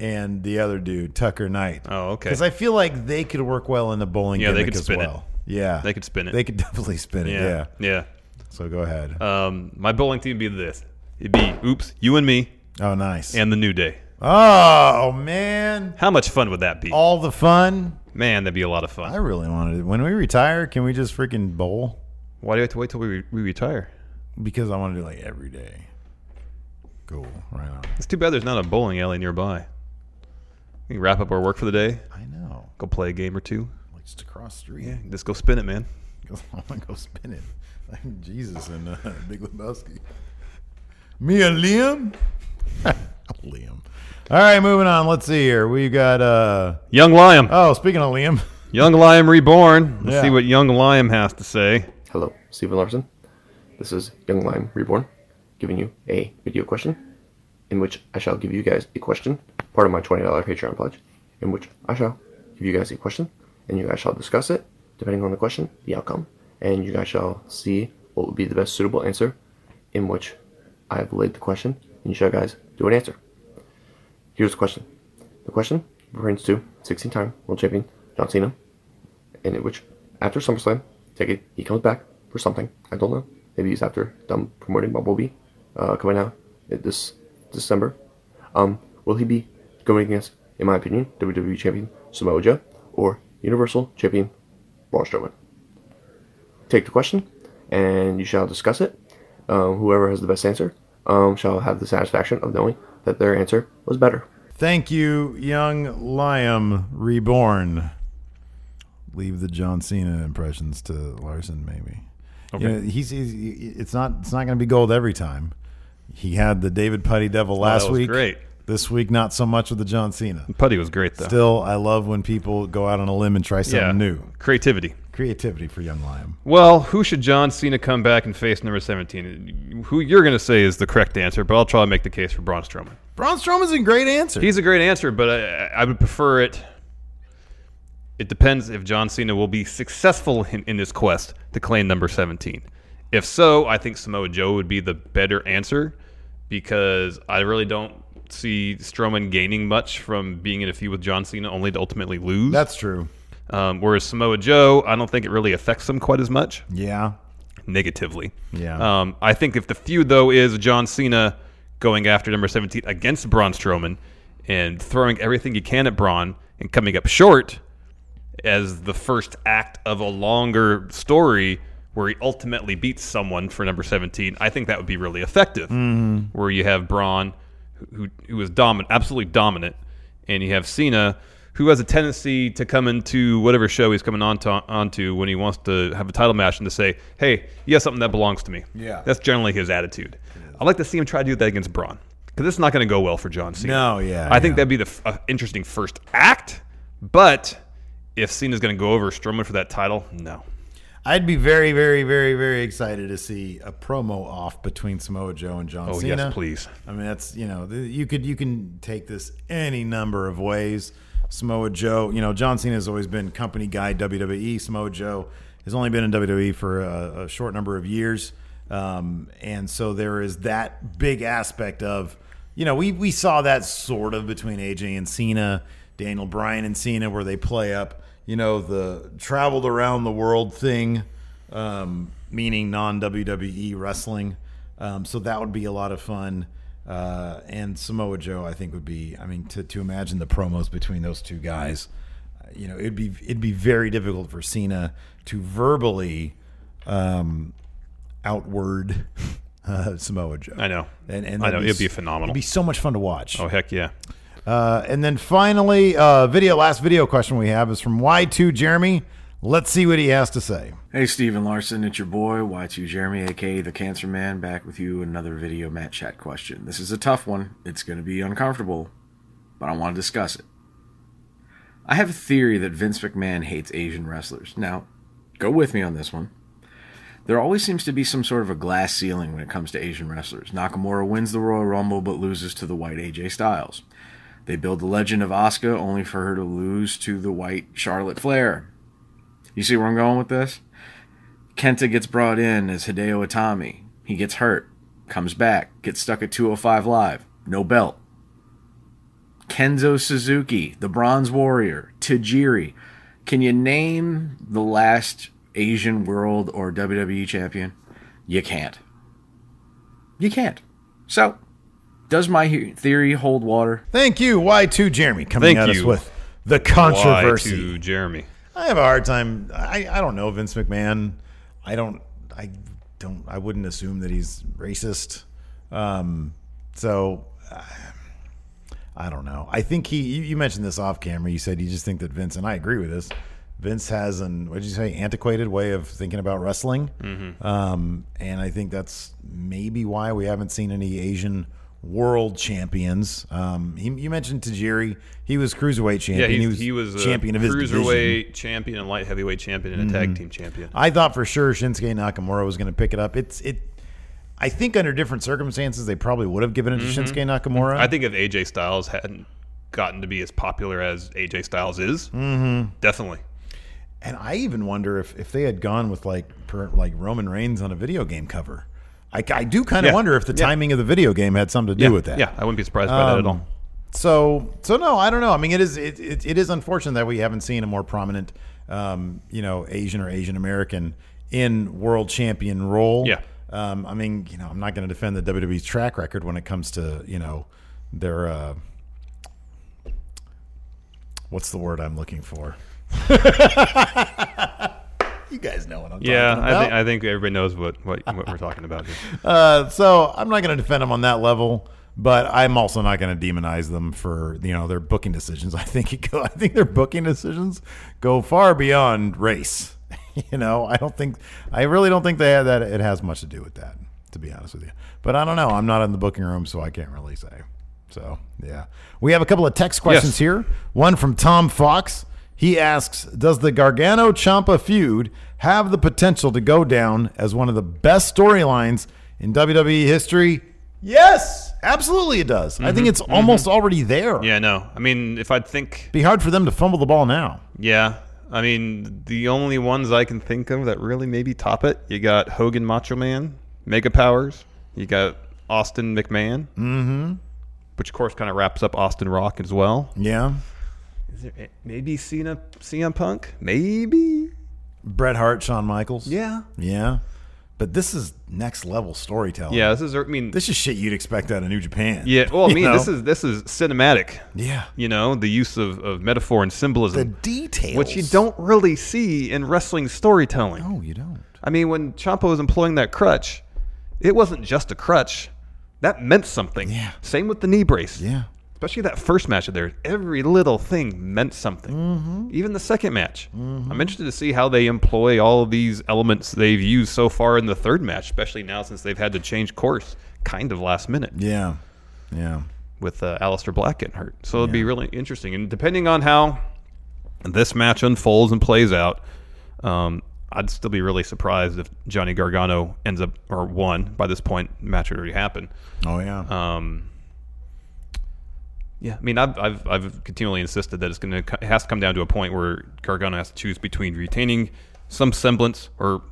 Speaker 1: and the other dude, Tucker Knight.
Speaker 2: Oh, okay.
Speaker 1: Because I feel like they could work well in a bowling
Speaker 2: Yeah, they
Speaker 1: gimmick
Speaker 2: could
Speaker 1: as
Speaker 2: spin it.
Speaker 1: well. Yeah,
Speaker 2: They could spin it.
Speaker 1: They could definitely spin it. Yeah.
Speaker 2: Yeah.
Speaker 1: So go ahead.
Speaker 2: Um, my bowling team would be this. It'd be oops, you and me.
Speaker 1: Oh, nice.
Speaker 2: And the new day.
Speaker 1: Oh man,
Speaker 2: How much fun would that be?
Speaker 1: all the fun.
Speaker 2: Man, that'd be a lot of fun.
Speaker 1: I really wanted it. When we retire, can we just freaking bowl?
Speaker 2: Why do you have to wait till we, re- we retire?
Speaker 1: Because I want to do like every day. Cool. Right on.
Speaker 2: It's too bad there's not a bowling alley nearby. We can wrap up our work for the day.
Speaker 1: I know.
Speaker 2: Go play a game or two.
Speaker 1: Like just across the street.
Speaker 2: Yeah, just go spin it, man.
Speaker 1: Go, I want to go spin it. Like Jesus and uh, Big Lebowski. Me and Liam. Liam. All right, moving on. Let's see here. We got uh
Speaker 2: Young Liam.
Speaker 1: Oh, speaking of Liam.
Speaker 2: Young Liam reborn. Let's
Speaker 1: Yeah.
Speaker 2: see what Young Liam has to say.
Speaker 14: Hello, Stephen Larson. This is Young Lime Reborn, giving you a video question, in which I shall give you guys a question, part of my $20 Patreon pledge, in which I shall give you guys a question, and you guys shall discuss it, depending on the question, the outcome, and you guys shall see what would be the best suitable answer, in which I have laid the question, and you shall guys do an answer. Here's the question. The question pertains to 16-time world champion John Cena, and in which after SummerSlam, take it, he comes back for something. I don't know. Maybe he's after done promoting Bumblebee uh, coming out i- this December. Um, will he be going against, in my opinion, WWE champion Samoa Joe or Universal champion Braun Strowman? Take the question, and you shall discuss it. Um, whoever has the best answer um, shall have the satisfaction of knowing that their answer was better.
Speaker 1: Thank you, Young Liam Reborn. Leave the John Cena impressions to Larson, maybe. You
Speaker 2: Okay.
Speaker 1: know, he's, he's it's not it's not going to be gold every time. He had the David Putty Devil last
Speaker 2: Oh, that was
Speaker 1: week.
Speaker 2: great.
Speaker 1: This week, not so much with the John Cena.
Speaker 2: Putty was great, though.
Speaker 1: Still, I love when people go out on a limb and try something
Speaker 2: yeah.
Speaker 1: new.
Speaker 2: Creativity.
Speaker 1: Creativity for Young Lion.
Speaker 2: Well, who should John Cena come back and face number 17? Who you're going to say is the correct answer, but I'll try to make the case for Braun Strowman.
Speaker 1: Braun Strowman's a great answer.
Speaker 2: He's a great answer, but I, I would prefer it. It depends if John Cena will be successful in, in this quest to claim number 17. If so, I think Samoa Joe would be the better answer because I really don't see Strowman gaining much from being in a feud with John Cena only to ultimately lose.
Speaker 1: That's true.
Speaker 2: Um, whereas Samoa Joe, I don't think it really affects him quite as much
Speaker 1: Yeah.
Speaker 2: negatively.
Speaker 1: Yeah.
Speaker 2: Um, I think if the feud though is John Cena going after number 17 against Braun Strowman and throwing everything he can at Braun and coming up short as the first act of a longer story where he ultimately beats someone for number 17, I think that would be really effective.
Speaker 1: Mhm.
Speaker 2: Where you have Braun who who is dominant, absolutely dominant, and you have Cena who has a tendency to come into whatever show he's coming on to, onto when he wants to have a title match and to say, "Hey, you have something that belongs to me."
Speaker 1: Yeah.
Speaker 2: that's generally his attitude. I'd like to see him try to do that against Braun because it's not going to go well for John Cena.
Speaker 1: No, yeah,
Speaker 2: I think that'd be the f- uh, interesting first act, but if Cena's going to go over Strowman for that title, no.
Speaker 1: I'd be very, very, very, very excited to see a promo off between Samoa Joe and John
Speaker 2: Oh, yes,
Speaker 1: Cena.
Speaker 2: please.
Speaker 1: I mean, that's you know, th- you could you can take this any number of ways. Samoa Joe, you know, John Cena has always been company guy WWE. E. Samoa Joe has only been in WWE for a, a short number of years, um, and so there is that big aspect of, you know, we we saw that sort of between AJ and Cena, Daniel Bryan and Cena, where they play up you know, the traveled around the world thing, um, meaning non WWE wrestling. Um, so that would be a lot of fun. Uh, and Samoa Joe, I think, would be. I mean, to, to imagine the promos between those two guys, uh, you know, it'd be it'd be very difficult for Cena to verbally um, outward uh, Samoa Joe.
Speaker 2: I know.
Speaker 1: and, and
Speaker 2: I know.
Speaker 1: that'd
Speaker 2: It'd be
Speaker 1: s-
Speaker 2: phenomenal.
Speaker 1: It'd be so much fun to watch.
Speaker 2: Oh heck yeah!
Speaker 1: Uh, and then finally, uh, video. Last video question we have is from Y2 Jeremy. Let's see what he has to say.
Speaker 15: Hey, Steven Larson, it's your boy, Y2 Jeremy, aka The Cancer Man, back with you with another video Matt Chat question. This is a tough one. It's going to be uncomfortable, but I want to discuss it. I have a theory that Vince McMahon hates Asian wrestlers. Now, go with me on this one. There always seems to be some sort of a glass ceiling when it comes to Asian wrestlers. Nakamura wins the Royal Rumble but loses to the white AJ Styles. They build the legend of Asuka only for her to lose to the white Charlotte Flair. You see where I'm going with this? Kenta gets brought in as Hideo Itami. He gets hurt, comes back, gets stuck at 205 Live, no belt. Kenzo Suzuki, the Bronze Warrior, Tajiri. Can you name the last Asian World or WWE champion? You can't. You can't. So, does my he- theory hold water?
Speaker 1: Thank you, Y2 Jeremy, coming
Speaker 15: Thank
Speaker 1: at us
Speaker 15: you.
Speaker 1: with the controversy.
Speaker 2: Y2 Jeremy.
Speaker 1: I have a hard time. I, I don't know Vince McMahon. I don't. I don't. I wouldn't assume that he's racist. Um, so uh, I don't know. I think he. You, you mentioned this off camera. You said you just think that Vince, and I agree with this. Vince has an what did you say antiquated way of thinking about wrestling,
Speaker 2: Mhm.
Speaker 1: um, and I think that's maybe why we haven't seen any Asian world champions. Um, he, you mentioned Tajiri; he was cruiserweight champion.
Speaker 2: yeah,
Speaker 1: he
Speaker 2: he,
Speaker 1: was
Speaker 2: he was a
Speaker 1: champion of his division.
Speaker 2: cruiserweight champion, and light heavyweight champion, and a tag
Speaker 1: Mhm.
Speaker 2: team champion.
Speaker 1: I thought for sure Shinsuke Nakamura was going to pick it up. It's it. I think under different circumstances they probably would have given it to
Speaker 2: Mhm.
Speaker 1: Shinsuke Nakamura.
Speaker 2: I think if AJ Styles hadn't gotten to be as popular as AJ Styles is,
Speaker 1: Mhm.
Speaker 2: definitely.
Speaker 1: and I even wonder if if they had gone with like per, like Roman Reigns on a video game cover. I, I do kind of
Speaker 2: Yeah.
Speaker 1: wonder if the
Speaker 2: Yeah.
Speaker 1: timing of the video game had something to do
Speaker 2: Yeah.
Speaker 1: with that. Um,
Speaker 2: Yeah, I wouldn't be surprised by that at all.
Speaker 1: So so no, I don't know. I mean, it is it, it, it is unfortunate that we haven't seen a more prominent, um, you know, Asian or Asian American in world champion role.
Speaker 2: Yeah.
Speaker 1: Um, I mean, you know, I'm not going to defend the WWE's track record when it comes to you know their uh, what's the word I'm looking for. you guys know what I'm
Speaker 2: yeah,
Speaker 1: talking
Speaker 2: I
Speaker 1: about.
Speaker 2: think I think everybody knows what what, what we're talking about. Here.
Speaker 1: Uh, so I'm not going to defend them on that level, but I'm also not going to demonize them for you know their booking decisions. I think it go, I think their booking decisions go far beyond race. You know, I don't think I really don't think they have that it has much to do with that, to be honest with you. But I don't know. I'm not in the booking room, so I can't really say. So yeah, we have a couple of text questions
Speaker 2: Yes.
Speaker 1: here. One from Tom Fox. He asks, "Does the Gargano Champa feud have the potential to go down as one of the best storylines in WWE history?" Yes, absolutely, it does. I think
Speaker 2: Mhm,
Speaker 1: it's almost already there.
Speaker 2: Yeah, no, I mean, if I'd think,
Speaker 1: Be hard for them to fumble the ball now.
Speaker 2: yeah, I mean, the only ones I can think of that really maybe top it, you got Hogan, Macho Man, Mega Powers, you got Austin McMahon,
Speaker 1: Mm-hmm.
Speaker 2: which of course kind of wraps up Austin Rock as well.
Speaker 1: Yeah.
Speaker 2: Is there a- maybe Cena, CM Punk? Maybe.
Speaker 1: Bret Hart, Shawn Michaels.
Speaker 2: Yeah.
Speaker 1: yeah. But this is next level storytelling.
Speaker 2: Yeah, this is. I mean,
Speaker 1: This is shit you'd expect out of New Japan.
Speaker 2: Yeah, well, I
Speaker 1: You
Speaker 2: mean, this
Speaker 1: know?
Speaker 2: is this is cinematic.
Speaker 1: Yeah.
Speaker 2: you know the use of, of metaphor and symbolism,
Speaker 1: The details.
Speaker 2: which you don't really see in wrestling storytelling.
Speaker 1: No, you don't.
Speaker 2: I mean, when Ciampa was employing that crutch, it wasn't just a crutch; that meant something. Yeah. Same with the knee brace.
Speaker 1: Yeah.
Speaker 2: Especially that first match of theirs, every little thing meant something.
Speaker 1: Mm-hmm.
Speaker 2: Even the second match. I'm interested to see how they employ all of these elements they've used so far in the third match, especially now since they've had to change course kind of last minute
Speaker 1: Yeah. Yeah.
Speaker 2: with uh, Alistair Black getting hurt. So it'll be really interesting. And depending on how this match unfolds and plays out, um, I'd still be really surprised if Johnny Gargano ends up or won by this point. The match had already happened.
Speaker 1: Oh yeah.
Speaker 2: Um, yeah, I mean, I've, I've, I've continually insisted that it's going to it has to come down to a point where Gargano has to choose between retaining some semblance or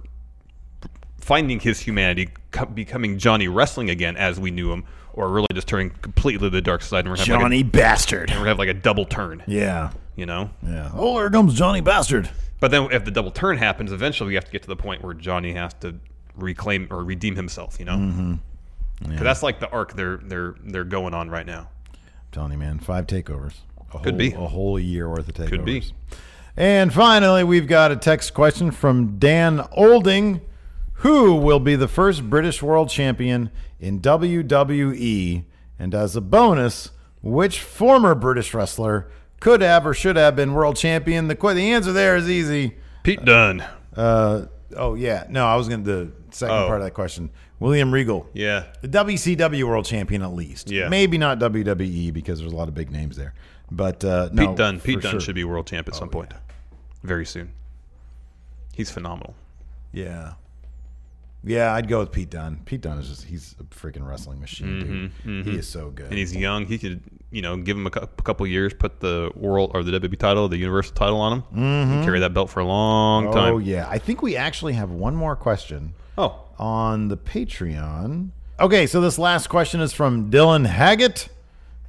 Speaker 2: finding his humanity, co- becoming Johnny Wrestling again as we knew him, or really just turning completely to the dark side and we're gonna have
Speaker 1: Johnny
Speaker 2: like a,
Speaker 1: bastard.
Speaker 2: and we're gonna have like a double turn.
Speaker 1: Yeah.
Speaker 2: you know?
Speaker 1: Yeah. Oh, there comes Johnny Bastard.
Speaker 2: But then if the double turn happens, eventually we have to get to the point where Johnny has to reclaim or redeem himself, you know?
Speaker 1: Mhm.
Speaker 2: 'Cause
Speaker 1: Yeah.
Speaker 2: that's like the arc they're they're they're going on right now.
Speaker 1: Tony, man, five takeovers. A
Speaker 2: Could
Speaker 1: whole,
Speaker 2: be.
Speaker 1: a whole year worth of takeovers.
Speaker 2: Could be.
Speaker 1: And finally, we've got a text question from Dan Olding, who will be the first British world champion in WWE, and as a bonus, which former British wrestler could have or should have been world champion? The qu- the answer there is easy.
Speaker 2: Pete Dunne.
Speaker 1: Uh, oh yeah, no, I was going to the second
Speaker 2: Oh.
Speaker 1: part of that question. William Regal.
Speaker 2: Yeah.
Speaker 1: The WCW World Champion at least.
Speaker 2: Yeah.
Speaker 1: Maybe not WWE because there's a lot of big names there. But uh, no,
Speaker 2: Pete Dunne. Pete
Speaker 1: for
Speaker 2: Dunne
Speaker 1: sure. Oh,
Speaker 2: should be world champ at some point. Very soon. He's phenomenal.
Speaker 1: Yeah. Yeah, I'd go with Pete Dunne. Pete Dunne is just he's a freaking wrestling machine,
Speaker 2: mhm.
Speaker 1: dude. He is so good.
Speaker 2: And he's young. He could, you know, give him a, cou- couple years, put the world or the WWE title, the Universal title on him,
Speaker 1: Mhm.
Speaker 2: and carry that belt for a long time.
Speaker 1: Oh yeah, I think we actually have one more question.
Speaker 2: Oh,
Speaker 1: on the Patreon. Okay, so this last question is from Dylan Haggett,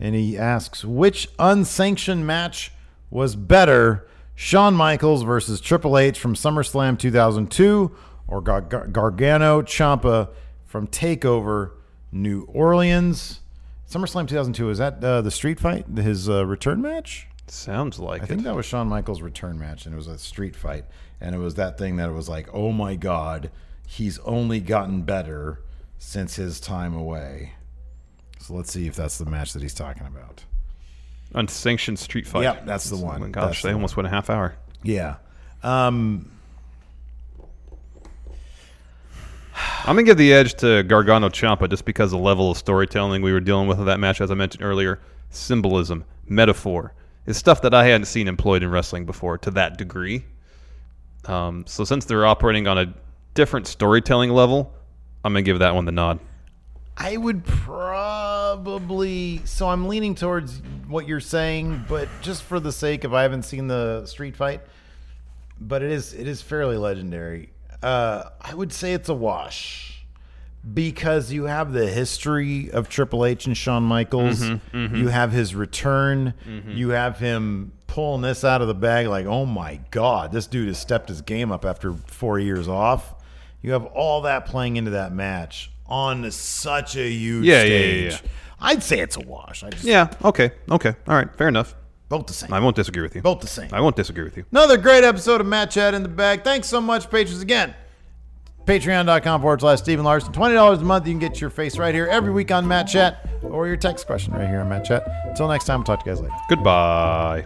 Speaker 1: and he asks which unsanctioned match was better, Shawn Michaels versus Triple H from SummerSlam 2002 or Gar- Gar- Gargano Champa from Takeover New Orleans? SummerSlam 2002 is that uh, the street fight, his uh, return match?
Speaker 2: Sounds like
Speaker 1: I think that was Shawn Michaels' return match, and it was a street fight, and it was that thing that it was like, oh my god, he's only gotten better since his time away. So let's see if that's the match that he's talking about.
Speaker 2: Unsanctioned street fight.
Speaker 1: Yep, that's the
Speaker 2: Oh
Speaker 1: one.
Speaker 2: my
Speaker 1: That's
Speaker 2: gosh,
Speaker 1: the
Speaker 2: they almost went a half hour.
Speaker 1: Yeah. Um,
Speaker 2: I'm gonna give the edge to Gargano Ciampa just because the level of storytelling we were dealing with in that match, as I mentioned earlier, symbolism, metaphor, is stuff that I hadn't seen employed in wrestling before to that degree. Um, so since they're operating on a different storytelling level, I'm gonna give that one the nod.
Speaker 1: I would probably. So I'm leaning towards what you're saying, but just for the sake of I haven't seen the street fight, but it is it is fairly legendary. Uh, I would say it's a wash because you have the history of Triple H and Shawn Michaels.
Speaker 2: Mhm, mhm.
Speaker 1: You have his return.
Speaker 2: Mhm.
Speaker 1: You have him pulling this out of the bag like, oh my god, this dude has stepped his game up after four years off. You have all that playing into that match on such a huge
Speaker 2: Yeah, yeah,
Speaker 1: stage.
Speaker 2: yeah, yeah.
Speaker 1: I'd say it's a wash. I just,
Speaker 2: Yeah. Okay. Okay. All right. Fair enough.
Speaker 1: Both the same.
Speaker 2: I won't disagree with you.
Speaker 1: Both the same.
Speaker 2: I won't disagree with you.
Speaker 1: Another great episode of Match Chat in the Bag. Thanks so much, patrons, again. Patreon.com forward slash Stephen Larson. $20 a month. You can get your face right here every week on Matt Chat or your text question right here on Matt Chat. Until next time, talk to you guys later.
Speaker 2: Goodbye.